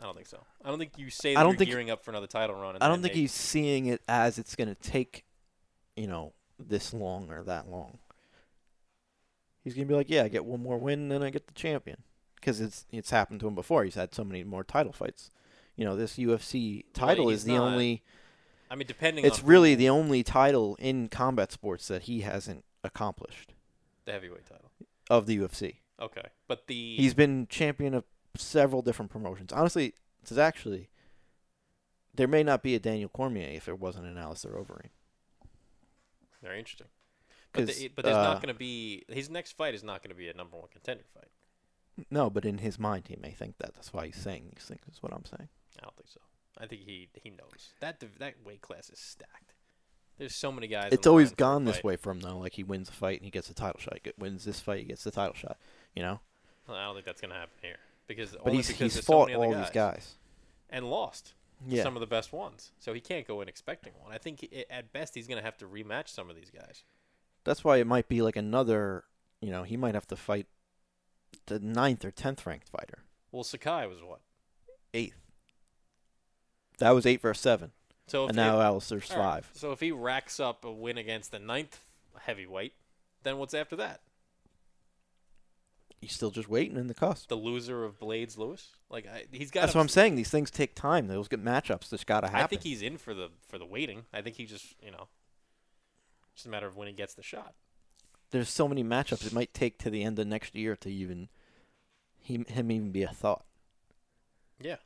I don't think so. I don't think you say that I don't you're think- gearing up for another title run. And I don't then think they- he's seeing it as it's gonna take you know this long or that long he's gonna be like yeah I get one more win then I get the champion because it's it's happened to him before he's had so many more title fights you know this UFC Well, title he's is the not- only I mean, depending it's on really the only title in combat sports that he hasn't accomplished the heavyweight title. of the UFC. Okay, but the He's been champion of several different promotions. Honestly, this is actually there may not be a Daniel Cormier if it wasn't an Alistair Overeem. very interesting. But, the, 'Cause, it- but there's uh, not going to be his next fight is not going to be a number one contender fight. No, but in his mind he may think that. That's why he's saying these things. Is what I'm saying. I don't think so. I think he he knows that div- that weight class is stacked. There's so many guys. It's in always line for a gone this fight. way for him though. Like he wins a fight and he gets a title shot. He get- wins this fight, he gets the title shot. You know, I don't think that's gonna happen here because but only he's because he's there's fought so many all other guys these guys. and lost Yeah, some of the best ones. So he can't go in expecting one. I think i at best he's gonna have to rematch some of these guys. that's why it might be like another. You know, he might have to fight the ninth or tenth ranked fighter. Well, Sakai was what? eighth. That was eight versus seven, So if and now if, Alistair's all right, five. So if he racks up a win against the ninth heavyweight, then what's after that? He's still just waiting in the cusp. The loser of Blades Lewis? Like I, he's got. That's what I'm saying. These things take time. Those good matchups just gotta happen. I think he's in for the for the waiting. I think he just you know, just a matter of when he gets the shot. There's so many matchups. It might take to the end of next year to even him, him even be a thought. Yeah.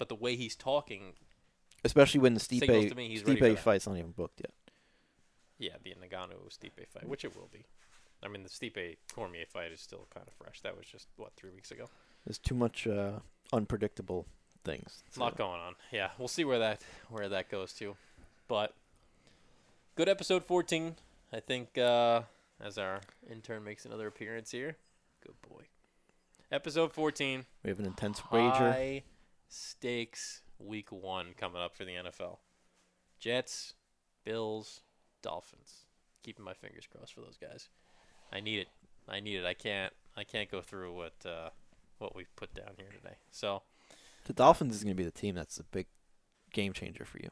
But the way he's talking, Especially when the Signals Stipe to me he's ready for Stipe that. fight's not even booked yet. yeah, the Nagano Stipe fight, which it will be. I mean, the Stipe Cormier fight is still kind of fresh. That was just what three weeks ago. There's too much uh, unpredictable things. It's a lot going on. Yeah, we'll see where that where that goes to. But good episode 14. I think uh, as our intern makes another appearance here. Good boy. Episode 14. We have an intense wager. High stakes week one coming up for the NFL. Jets, Bills, Dolphins. Keeping my fingers crossed for those guys. I need it. I need it. I can't. I can't go through what uh, what we've put down here today. So The Dolphins is going to be the team that's a big game changer for you.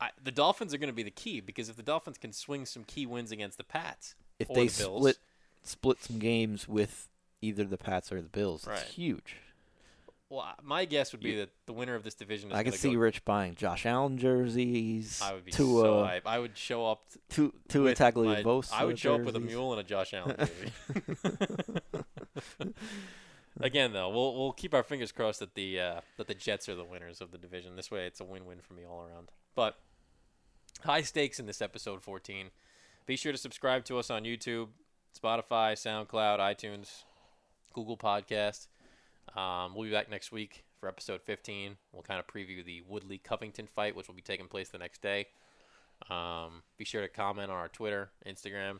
I, the Dolphins are going to be the key because if the Dolphins can swing some key wins against the Pats if or they the Bills, split split some games with either the Pats or the Bills, Right. it's huge. well, I- my guess would be You- that the winner of this division is I going can to see go. Rich buying Josh Allen jerseys. I would be Tua, so hype. I would show up t- Tua, Tua with my- Tagliabue. I would show up with a jerseys. mule and a Josh Allen jersey. Again, though, we'll we'll keep our fingers crossed that the uh, that the Jets are the winners of the division. This way, it's a win-win for me all around. But high stakes in this episode 14. Be sure to subscribe to us on YouTube, Spotify, SoundCloud, iTunes, Google Podcast. Um, we'll be back next week for episode 15. We'll kind of preview the Woodley Covington fight, which will be taking place the next day. Um, be sure to comment on our Twitter, Instagram.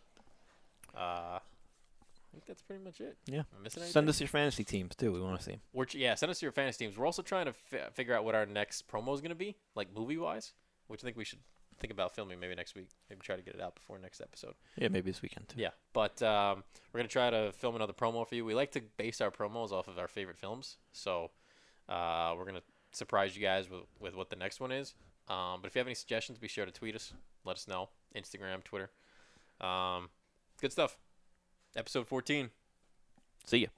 Uh, I think that's pretty much it. Yeah. Am I missing anything? Send us your fantasy teams too. We want to see 'em. We're, tr- yeah, send us your fantasy teams. We're also trying to fi- figure out what our next promo is going to be, like movie wise, which I think we should think about filming maybe next week. Maybe try to get it out before next episode. Yeah, maybe this weekend too. Yeah, but um, we're gonna try to film another promo for you. We like to base our promos off of our favorite films, so uh, we're gonna surprise you guys with, with what the next one is. Um, but if you have any suggestions, be sure to tweet us. Let us know. Instagram, Twitter. Um, good stuff. Episode 14. See ya.